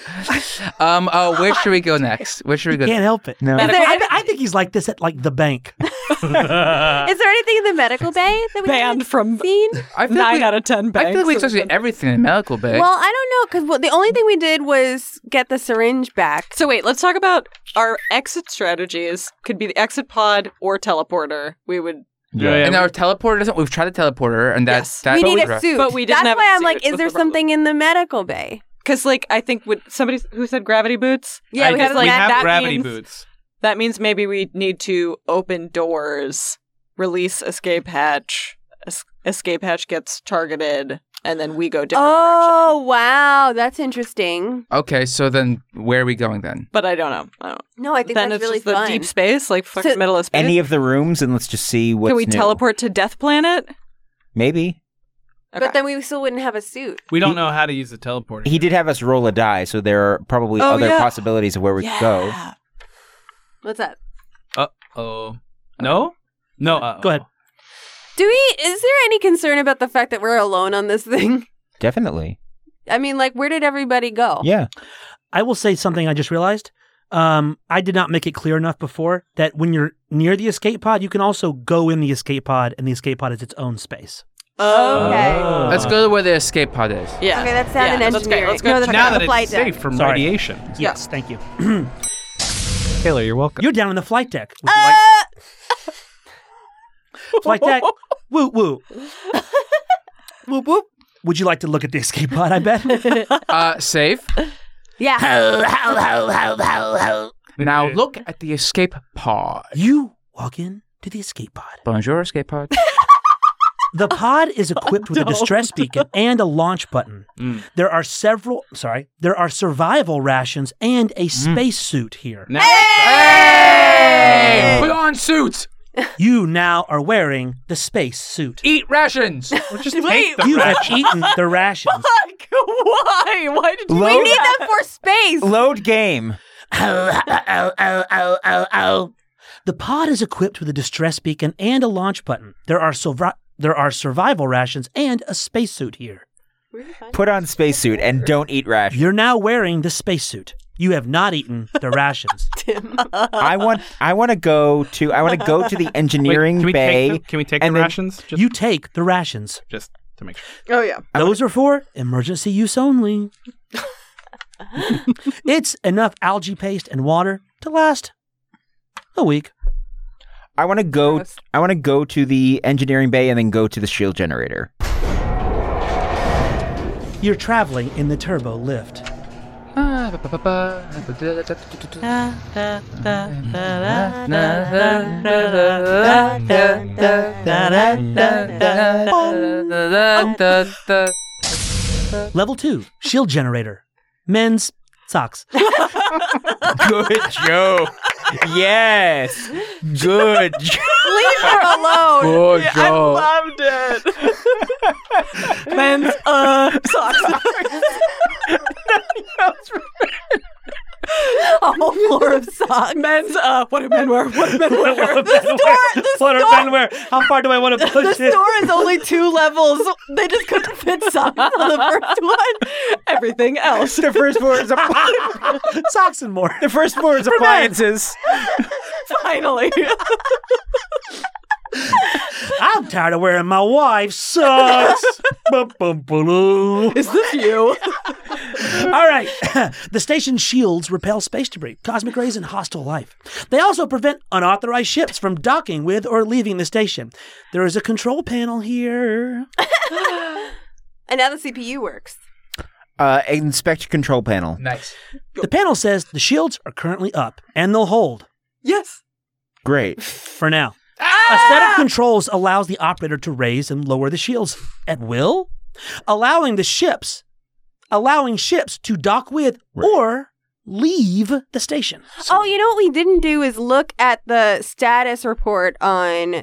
Um. Uh. Where should we go next? Where should we go? Can't help it. No. I, I- I think he's like this at like the bank. Is there anything in the medical bay that we Banned haven't from seen? I feel like nine we, out of ten I banks. feel like we exhausted everything in medical bay. Well, I don't know because well, the only thing we did was get the syringe back. So wait, let's talk about our exit strategies. Could be the exit pod or teleporter. We would. Yeah, and we- our teleporter doesn't. We've tried the teleporter, and that's Yes. that. we need that's- a suit. but we didn't That's have a why I'm suit, like, was is there the problem. something in the medical bay? Because like I think would somebody who said gravity boots. Yeah, I we guess have, like, we have that gravity means- boots. That means maybe we need to open doors, release escape hatch. Es- escape hatch gets targeted, and then we go different Oh direction. wow, that's interesting. Okay, so then where are we going then? But I don't know. I don't No, I think then it's that's really just the fun. deep space, like fuck So- middle of space. Any of the rooms, and let's just see what's Can we new. teleport to Death Planet? Maybe Okay. But then we still wouldn't have a suit. We don't know how to use the teleporter. he did have us roll a die, so there are probably Oh, other yeah. possibilities of where we could go. What's up? Oh no, no. Uh, Go ahead. Do we? Is there any concern about the fact that we're alone on this thing? Definitely, I mean, like, where did everybody go? yeah. I will say something I just realized. Um, I did not make it clear enough before that when you're near the escape pod, you can also go in the escape pod, and the escape pod is its own space. Oh, Okay. Oh. Let's go to where the escape pod is. yeah. Okay, that's sound and Yeah, that's great. engineering. Let's go. No, that's Now not that the it's flight deck. safe from Sorry. radiation, Yes, thank you. Taylor, you're welcome. You're down in the flight deck. Would you Uh. like- flight deck. Woo woo. whoop whoop. Would you like to look at the escape pod? I bet. Uh, save. Yeah. Ho, ho, ho, ho, ho, ho. Now look at the escape pod. you walk in to the escape pod. Bonjour, escape pod. Oh, The pod is equipped with a distress beacon and a launch button. Mm. There are several, sorry, there are survival rations and a spacesuit here. Mm. Now it's- hey! Put on suits. You now are wearing the spacesuit. Eat rations. we'll just take the You have ration. eaten the rations. Fuck, Why? Why did you Load- We need them for space. Load game. Ho, ho, ho, ho, ho, ho, ho. The pod is equipped with a distress beacon and a launch button. There are survi- there are survival rations and a spacesuit here. Put on spacesuit and don't eat rations. You're now wearing the spacesuit. You have not eaten the rations. I want. I want to go to. I want to go to the Wait, engineering can we bay. Take the, can we take the and then- rations? Just, You take the rations. just to make sure. Oh yeah. Those are for emergency use only. it's enough algae paste and water to last a week. I want to go. I want to go to the engineering bay and then go to the shield generator. You're traveling in the turbo lift. Level 2, shield generator. Men's socks. Good joke. Yes. Good. joke. Leave her Oh. Bonjour. alone. loved it. Men's uh socks. a whole floor of socks. Men's, uh, what do men wear? What do men wear? What are men wear? How far do I want to push The it? store is only two levels. They just couldn't fit socks on the first one. Everything else. The first floor is appli- socks and more. The first floor is appliances. Finally. I'm tired of wearing my wife's socks. Is this you? All right. the station shields repel space debris, cosmic rays, and hostile life. They also prevent unauthorized ships from docking with or leaving the station. There is a control panel here. And now the CPU works. Uh, inspect control panel. Nice. The panel says the shields are currently up and they'll hold Yes. Ah! Great. for now. A set of controls allows the operator to raise and lower the shields at will, allowing the ships allowing ships to dock with or leave the station. oh, you know what we didn't do is look at the status report on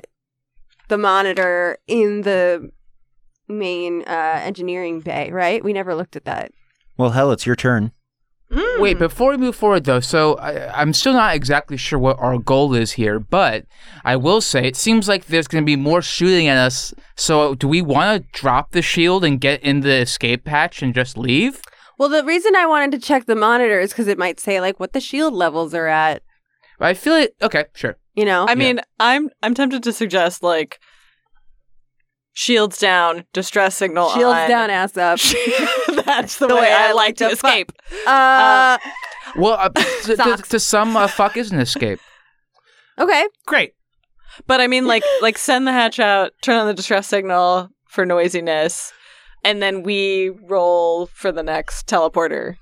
the monitor in the main uh, engineering bay, right? We never looked at that. Well, hell, it's your turn. Wait, Hmm. before we move forward, though, so I, I'm still not exactly sure what our goal is here, but I will say it seems like there's going to be more shooting at us. So, do we want to drop the shield and get in the escape hatch and just leave? Well, the reason I wanted to check the monitor is because it might say like what the shield levels are at. I feel it. Okay, sure. You know, I mean, I'm I'm tempted to suggest like shields down, distress signal shields on. down, ass up. That's the, way, I like to escape. Uh, Well, uh, to, to, to some, a fuck is an escape. okay. Great. But I mean, like, like send the hatch out, turn on the distress signal for noisiness, and then we roll for the next teleporter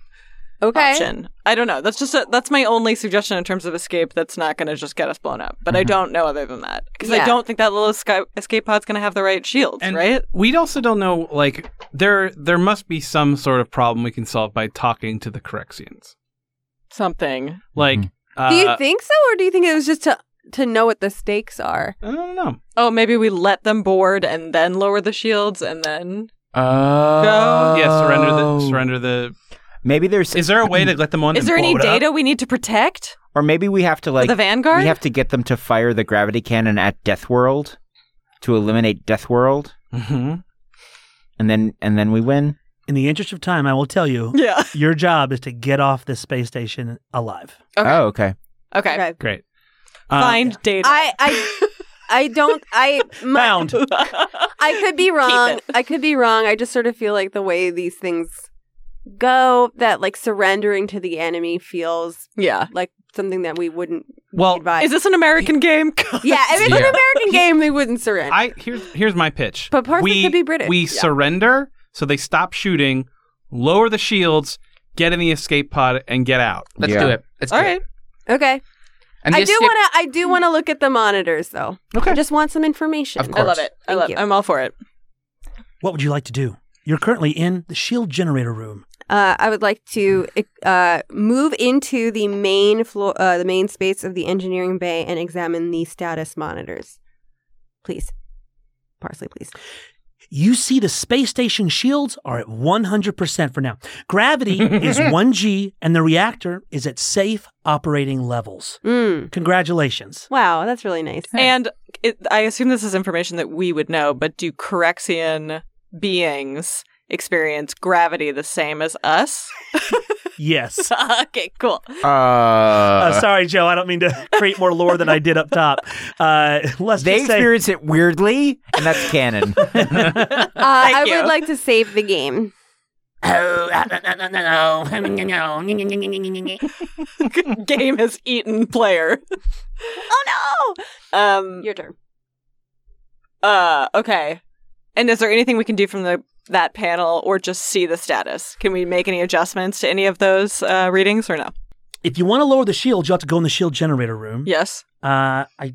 Okay. option. I don't know. That's just a, that's my only suggestion in terms of escape. That's not going to just get us blown up. But I Mm-hmm. don't know other than that because Yeah. I don't think that little sky- escape pod's going to have the right shields, And right? We also don't know. Like there, there must be some sort of problem we can solve by talking to the Corexians. Something. Like, uh, do you think so, or do you think it was just to to know what the stakes are? I don't know. Oh, maybe we let them board and then lower the shields and then Oh. go. Yeah, surrender the surrender the. Maybe there's Is there a way to let them on? Is and there any blow it up? data we need to protect? or maybe we have to like the Vanguard? We have to get them to fire the gravity cannon at Death World to eliminate Death World, Mhm. and then and then we win. In the interest of time, I will tell you Yeah. your job is to get off this space station alive. Okay. Oh, okay. Okay. Okay. Great. Uh, Find data. I I I don't I my, Bound. I could be wrong. it. I could be wrong. I just sort of feel like the way these things go that like surrendering to the enemy feels yeah. like something that we wouldn't Well, advise. Is this an American game? yeah, if it's Yeah. an American game, they wouldn't surrender. I here's here's my pitch. But parts of it we, could be British. We Yeah. surrender, so they stop shooting, lower the shields, get in the escape pod, and get out. Let's Yeah. do it. Let's All do it. right. okay. And the I do escape- want to. I do want to look at the monitors, though. Okay. I just want some information. Of I love course. it. I Thank love you. I'm all for it. What would you like to do? You're currently in the shield generator room. Uh, I would like to uh, move into the main floor, uh, the main space of the engineering bay, and examine the status monitors, please. Parsley, please. You see the space station shields are at 100% for now. Gravity is 1G and the reactor is at safe operating levels. Hmm. Mm. Congratulations. Wow, that's really nice. And it, I assume this is information that we would know, but do Corexian beings experience gravity the same as us? Yes. okay, cool. Uh, Uh, sorry, Joe. I don't mean to create more lore than I did up top. Uh, let's they just say- experience it weirdly, and that's canon. Uh, I you. would like to save the game. Oh, no, no, no, no. game has eaten player. Oh Um Your turn. uh okay. And is there anything we can do from the that panel or just see the status? Can we make any adjustments to any of those uh, readings or no? if you want to lower the shield, you have to go in the shield generator room. Yes. Uh, I,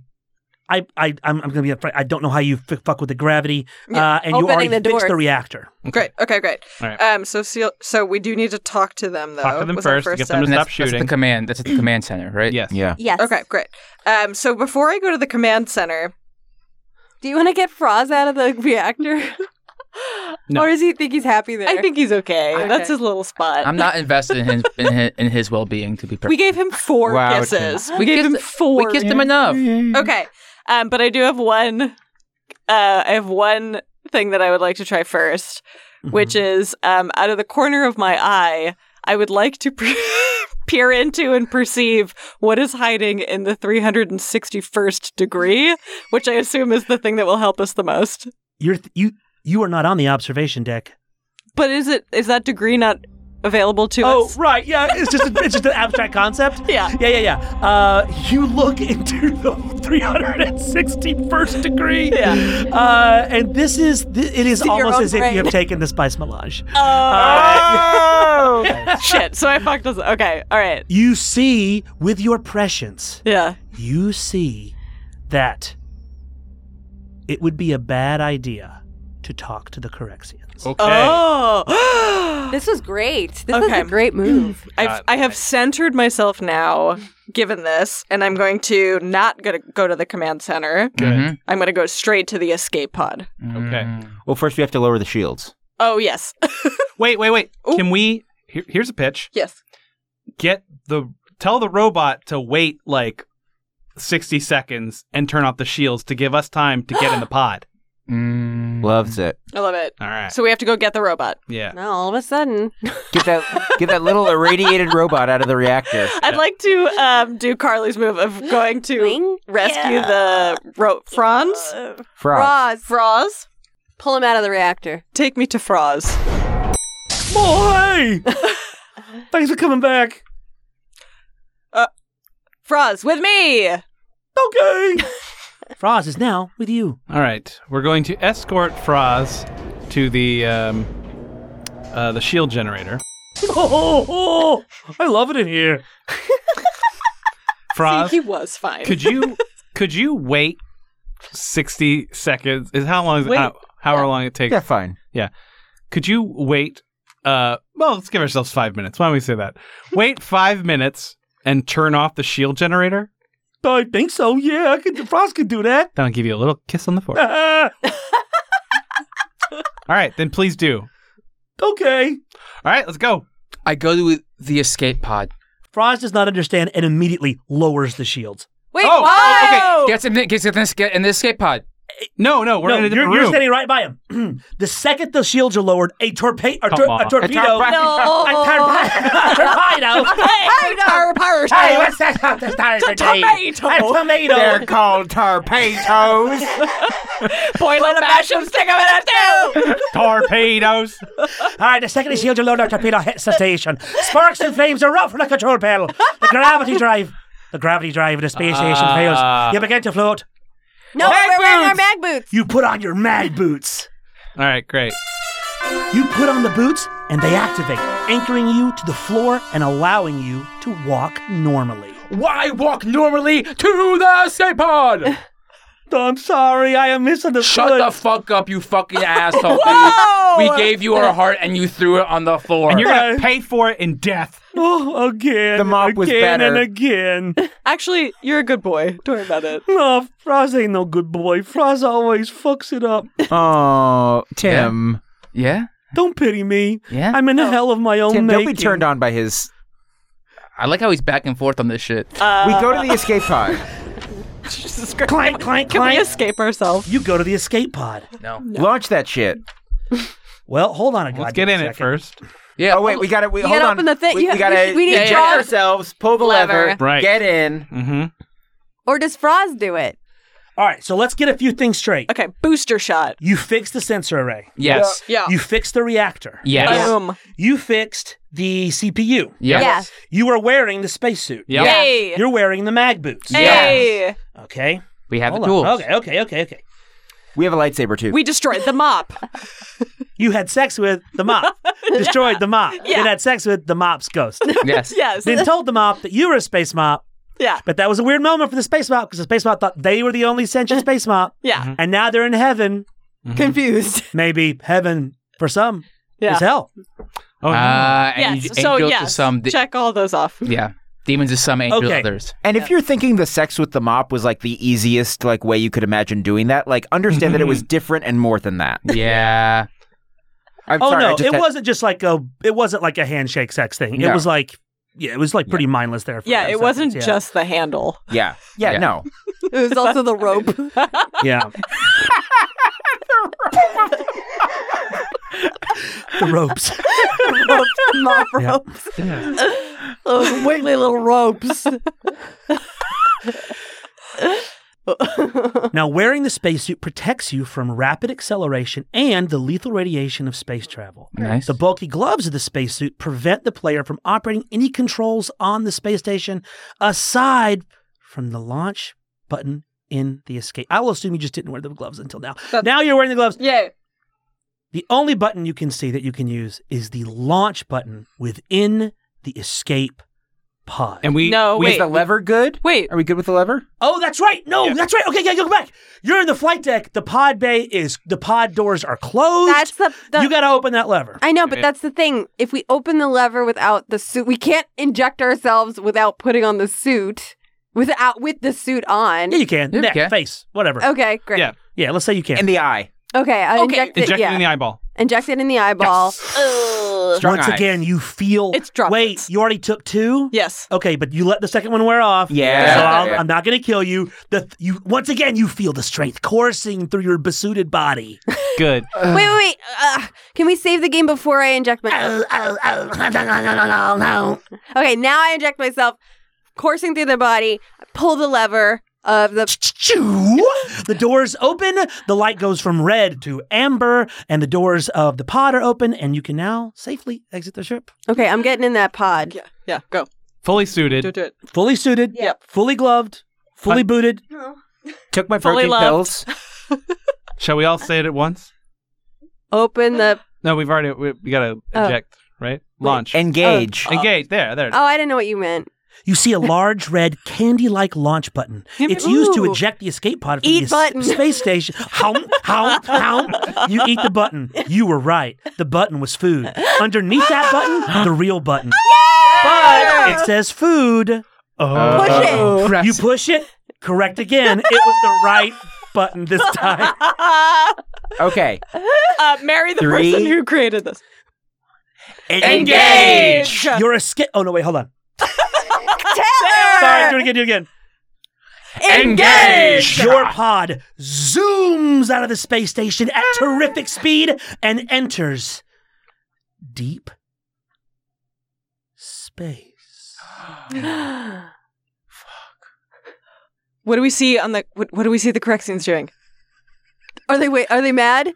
I, I, I'm, I'm gonna be upfront. I don't know how you f- fuck with the gravity, uh, and you opening already the fixed the doors. reactor. Great. Okay, great. All right. Um so seal, so we do need to talk to them though. Talk to them was our first to get them to step. and that's, Stop that's shooting. the command. That's at the command center, right? Yes. yeah. Yes. Okay, great. Um, so before I go to the command center, Do you want to get Froz out of the reactor? No. Or does he think he's happy there? I think he's okay. That's his little spot. I'm not invested in his in his, in his well being to be perfect. We gave him four Wow, kisses. Tim. We gave him Kissed- four. we kissed him enough. Okay. Um, but I do have one. Uh, I have one thing that I would like to try 1st Mm-hmm. which is um, out of the corner of my eye, I would like to pre- peer into and perceive what is hiding in the 361st degree, which I assume is the thing that will help us the most. You're th- you you are not on the observation deck. But is it is that degree not available to oh, us? right. Yeah, it's just a, it's just an abstract concept. Yeah. Yeah, yeah, yeah. Uh, you look into the 361st degree. Yeah. Uh, and this is thi- it is It's in your almost own as if brain. you have taken the spice melange. Oh shit! So I fucked us. Okay, all right. You see with your prescience. Yeah. You see that it would be a bad idea to talk to the Corexians. Oh, this was great. This was Okay. a great move. I've, I have centered myself now, given this, and I'm going to not gonna go to the command center. Good. Mhm. I'm going to go straight to the escape pod. Okay. Mm. Well, first we have to lower the shields. Oh yes, Wait, wait, wait. Can we? Here, here's a pitch. Yes. Get the tell the robot to wait like sixty seconds and turn off the shields to give us time to get in the pod. Mm. Loves it. I love it. All right. So we have to go get the robot. Yeah. Now all of a sudden, Get that get that little irradiated robot out of the reactor. I'd like to um, do Carly's move of going to rescue the ro- Franz. Froz. Froz. Pull him out of the reactor. Take me to Froz. Boy! Thanks for coming back. Uh, Froz, with me. Okay. Froz is now with you. All right, we're going to escort Froz to the um, uh, the shield generator. Oh, oh, oh, I love it in here. Froz, he was fine. could you could you wait sixty seconds? Is how long is Wait. it? Uh, however long it takes? Yeah, fine. Yeah, could you wait? Uh, well, let's give ourselves five minutes. Why don't we say that? Wait five minutes and turn off the shield generator. I think so. Yeah, I could, Froz could do that. That'll give you a little kiss on the forehead. Ah, All right, then please do. okay. All right, let's go. I go to the escape pod. Froz does not understand and immediately lowers the shields. Wait, oh, whoa! okay. Gets in, the- gets in, the, in the escape pod. No, no, we're no, in a you're, different you're room. standing right by him. the second the shields are lowered, a, torpe- a, Come tor- on. a A torpedo. torpedo. No. A torpe- torpedo. Hey, what's that? That's not a Tomato. A tomato. They're called torpedoes. Boil and mash them, stick them in a Torpedoes. All right, the second the shields are lowered, a torpedo hits the station. Sparks and flames erupt from the control panel. The gravity drive. The gravity drive of the space station Ah. fails. You begin to float. No, we're wearing our mag boots. You put on your mag boots. All right, great. You put on the boots and they activate, anchoring you to the floor and allowing you to walk normally. Why walk normally to the escape pod? I'm sorry, I am misunderstood. Shut the fuck up, you fucking asshole. Whoa! We gave you our heart and you threw it on the floor. And you're gonna Right. Uh, pay for it in death. Oh, again. The mop was again better. and again. Actually, you're a good boy. Don't worry about it. No, Froz ain't no good boy. Froz always fucks it up. Oh, Tim. yeah? Don't pity me. Yeah? I'm in a hell of my own Tim, don't be turned on by his. I like how he's back and forth on this shit. we go to the escape pod. Jesus Christ. Clank, clank, Can we clank. escape ourselves? You go to the escape pod. no. Launch that shit. Well, hold on a Let's goddamn get in second. it first. Yeah. Oh wait, we got to We You hold gotta on. open the thing- We, you- we gotta. we need check John- ourselves. Pull the Lever. lever. Right. Get in. Mm-hmm. Or does Froz do it? All right, so let's get a few things straight. Okay, booster shot. You fixed the sensor array. Yes. Yeah. You fixed the reactor. Yes. Boom. You fixed the CPU. Yes. You are wearing the spacesuit. Yep. Yeah. Hey. You're wearing the mag boots. Hey. Okay. We have the Hold tools. on. Okay, okay, okay, okay. We have a lightsaber too. We destroyed the mop. You had sex with the mop, destroyed the mop, then had sex with the mop's ghost, Yes. Yes. then told the mop that you were a space mop. Yeah. But that was a weird moment for the space mop because the space mop thought they were the only sentient space mop. Mm-hmm. Yeah. And now they're in heaven. Confused. Maybe heaven for some Yeah. is hell. Oh, Ah. Uh, and Yes. you- so angels yes. to some. de- Check all those off. Yeah. Demons to some, angels Okay. to others. and if you're thinking the sex with the mop was like the easiest Mm-hmm. like way you could imagine doing that, like understand that it was different and more than that. Yeah. I'm oh sorry, I no, just it had- wasn't just like a. It wasn't like a handshake sex thing. It No. was like, yeah, it was like pretty mindless there. For Yeah, a it second, wasn't yeah. just the handle. Yeah. Yeah, no. It was also the rope. Yeah. the ropes. ropes, mop ropes. Oh, Those wiggly little ropes. now, wearing the spacesuit protects you from rapid acceleration and the lethal radiation of space travel. Nice. The bulky gloves of the spacesuit prevent the player from operating any controls on the space station aside from the launch button in the escape. I will assume you just didn't wear the gloves until now. now you're wearing the gloves. Yeah. The only button you can see that you can use is the launch button within the escape pod. And we No, we, wait. The lever good? Wait. Are we good with the lever? Oh, that's right. No, that's right. Okay, yeah, go back. You're in the flight deck. The pod bay is the pod doors are closed. That's the- the- you got to open that lever. I know, but that's the thing. If we open the lever without the suit, we can't inject ourselves without putting on the suit. Without with the suit on. yeah, you can. Yeah, you Neck, can. face, whatever. Okay, great. Yeah. Yeah, let's say you can. In the eye. Okay, I Okay. inject it. inject yeah. it in the eyeball. Inject it in the eyeball. Ugh. Strong Once eye. again, you feel. It's droplets. Wait, you already took two. Yes. Okay, but you let the second one wear off. Yeah. So I'll, Yeah. I'm not going to kill you. The th- you once again you feel the strength coursing through your besuited body. Good. Wait, wait, wait. Uh, can we save the game before I inject myself? Okay, now I inject myself, coursing through the body. I pull the lever of the. Choo! The doors open. The light goes from red to amber, and the doors of the pod are open, and you can now safely exit the ship. Okay, I'm getting in that pod. Yeah. Yeah. Go. Fully Do it. suited. Do it. Fully suited. Yep. Fully gloved. Fully booted. Took my Fully protein loved. pills. Shall we all say it at once? Open the. No, we've already we, we gotta Oh. eject, right? Launch. Engage. Engage. There, there. it is. Oh, I didn't know what you meant. You see a large red candy-like launch button. Give me- It's used to Ooh. eject the escape pod from Eat the es- button. space station. Hum, hum, hum. You eat the button. You were right. The button was food. Underneath that button, the real button. But it says food. Push it. Press You push it. Correct again. It was the right button this time. uh, Okay. marry the Three. person who created this. Engage. Your escape. Oh no! Wait, hold on. Taylor! Sorry, do it again. Do it again. Engage. Your pod zooms out of the space station at terrific speed and enters deep space. What do we see on the? What, what do we see the correct scenes doing? Are they wait? Are they mad?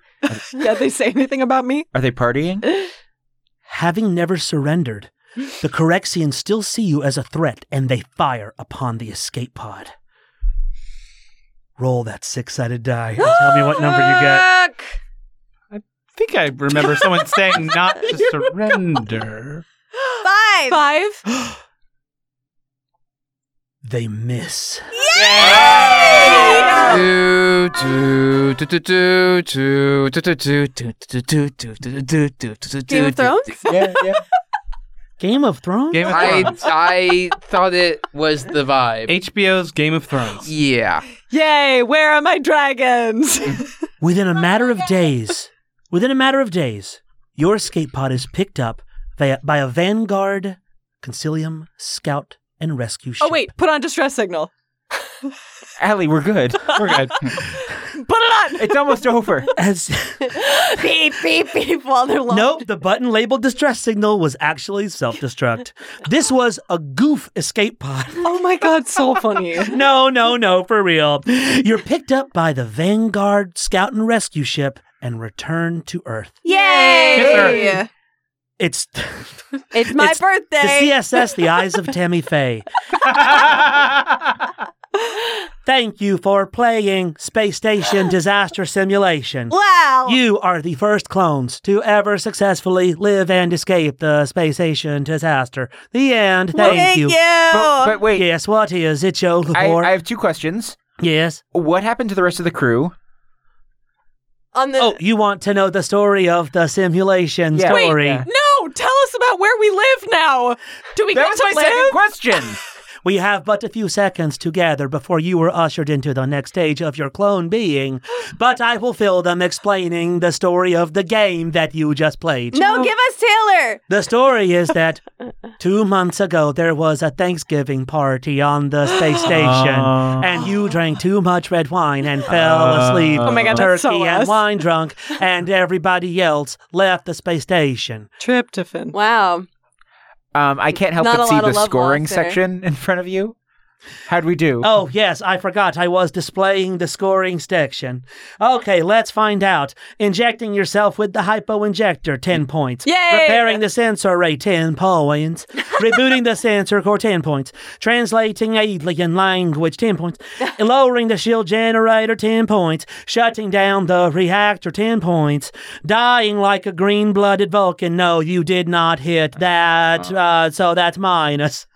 Did they say anything about me? Are they partying? Having never surrendered, the Corexians still see you as a threat and they fire upon the escape pod. Roll that six sided die and tell me what number you get. Fuck. I think I remember someone saying not to surrender. Five. Five. They miss. Oh, Do, do, do, do, do, do, do, do, do, do, do, do, do, do, do, do, do, Game do, of Thrones. yeah, yeah. Game of Thrones? Game of I Thrones. I thought it was the vibe. HBO's Game of Thrones. Yeah. Yay! Where are my dragons? Within a matter of days, within a matter of days, your escape pod is picked up by, by a Vanguard, Consilium, Scout, and Rescue ship. oh wait, put on distress signal. Allie, we're good. We're good. Put it on. It's almost over. As beep beep beep. While they're locked. nope, the button labeled distress signal was actually self-destruct. This was a goof escape pod. Oh my god, so funny. No, no, no, for real. You're picked up by the Vanguard Scout and Rescue ship and returned to Earth. Yay! It's It's my It's the birthday. The CSS, The Eyes of Tammy Faye. Thank you for playing Space Station Disaster Simulation. Wow. You are the first clones to ever successfully live and escape the space station disaster. The end. Thank you. But, but wait, Yes, what is it you're looking I, for? I have two questions. yes. What happened to the rest of the crew? On the Oh, you want to know the story of the simulation Yeah. Wait, story? yeah. No, tell us about where we live now. Do we That get was to my live? second question. We have but a few seconds together before you are ushered into the next stage of your clone being, but I will fill them explaining the story of the game that you just played. No, give us Taylor. The story is that two months ago there was a Thanksgiving party on the space station, Oh. and you drank too much red wine and fell Oh. asleep. Oh my God, turkey that's so and us. wine drunk, and everybody else left the space station. Tryptophan. Wow. Um, I can't help Not a but see lot of the love scoring lost there. section in front of you. How'd we do? Oh, yes, I forgot. I was displaying the scoring section. Okay, let's find out. Injecting yourself with the hypo injector, 10 points. Yay! Repairing the sensor array, 10 points. Rebooting the sensor core, 10 points. Translating alien language, 10 points. Lowering the shield generator, 10 points. Shutting down the reactor, 10 points. Dying like a green blooded Vulcan. No, you did not hit that, Uh-huh. uh, so that's minus.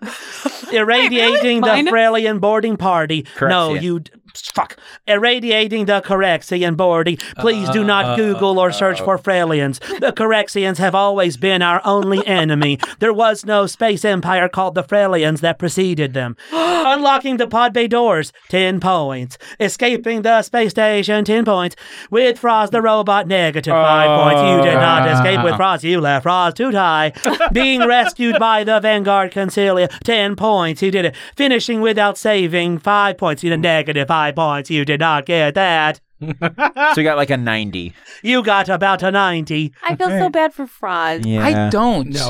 Irradiating Minus? the Corellian boarding party. No, Correxian. you d- fuck. Irradiating the Correxian boarding. Please do not Uh, Google or search for Frelians. The Correxians have always been our only enemy. There was no space empire called the Frelians that preceded them. Unlocking the pod bay doors, 10 points. Escaping the space station, 10 points. With Frost the robot, negative 5 points. You did not escape with Frost. You left Frost to die. Being rescued by the Vanguard Concilia, 10 points. You did it. Finishing without saving, 5 points. You did negative 5 points. You did not get that. so we got like a 90. You got about a 90. I feel so bad for Fraud. No,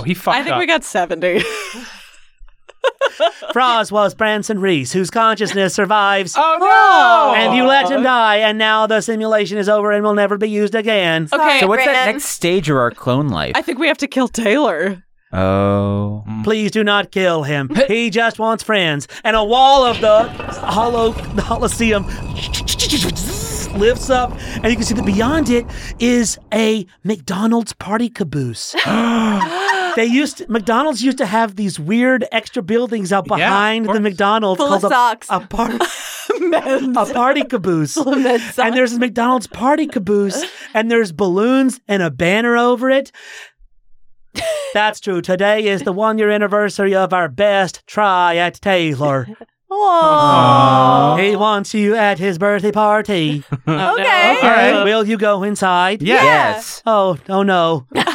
he fucked I think we got 70. Froz was Branson Reese, whose consciousness survives. Oh, no! And you let him die, and now the simulation is over and will never be used again. Okay, so what's that Brandon. next stage of our clone life? I think we have to kill Taylor. oh. Please do not kill him. He just wants friends. And a wall of the hollow the Holocene lifts up, and you can see that beyond it is a McDonald's party caboose. they used McDonald's used to have these weird extra buildings out behind the McDonald's Full of called a- socks. A, party a party caboose. and there's this McDonald's party caboose, and there's balloons and a banner over it. That's true. Today is the one year anniversary of our best try at Taylor. He wants you at his birthday party. okay. no. Okay. All right. Will you go inside? Yeah. Yes. Oh, oh no. and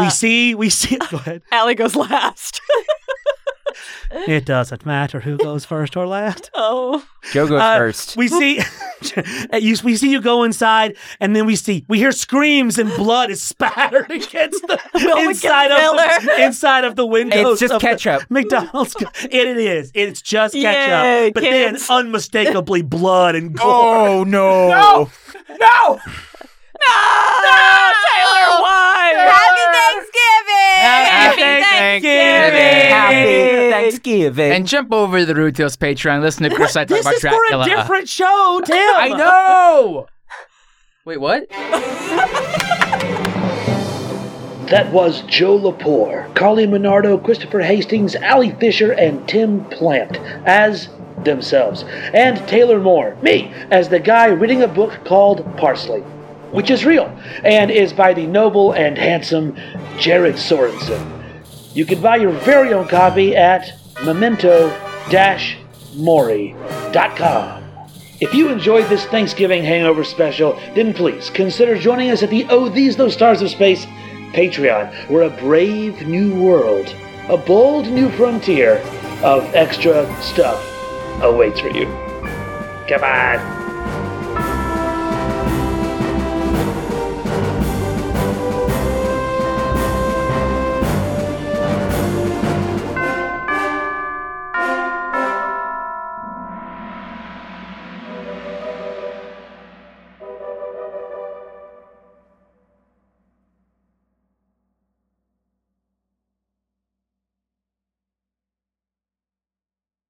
we see, we see. Go ahead. Allie goes last. It doesn't matter who goes first or last. oh. Joe goes Uh, first. We see, you, we see you go inside, and then we see we hear screams and blood is spattered against the we inside get of the, Miller? inside of the windows. It's just of the ketchup. McDonald's. It, it is. It's just ketchup. Yay, but then kids. oh, unmistakably blood and gore. Oh, no. No. No. Taylor won! Happy Thanksgiving! Happy Thanksgiving. And jump over to the Rude Tales Patreon. Listen to Chris. I talk This about is for Dracula. a different show, Tim. I know. Wait, what? That was Joe Lepore, Carly Minardo, Christopher Hastings, Allie Fisher, and Tim Plant as themselves, and Taylor Moore, me, as the guy reading a book called Parsley, which is real and is by the noble and handsome Jared Sorensen. You can buy your very own copy at memento-mori.com. If you enjoyed this Thanksgiving hangover special, then please consider joining us at the Oh These Those Stars of Space Patreon, where a brave new world, a bold new frontier of extra stuff awaits for you. Come on.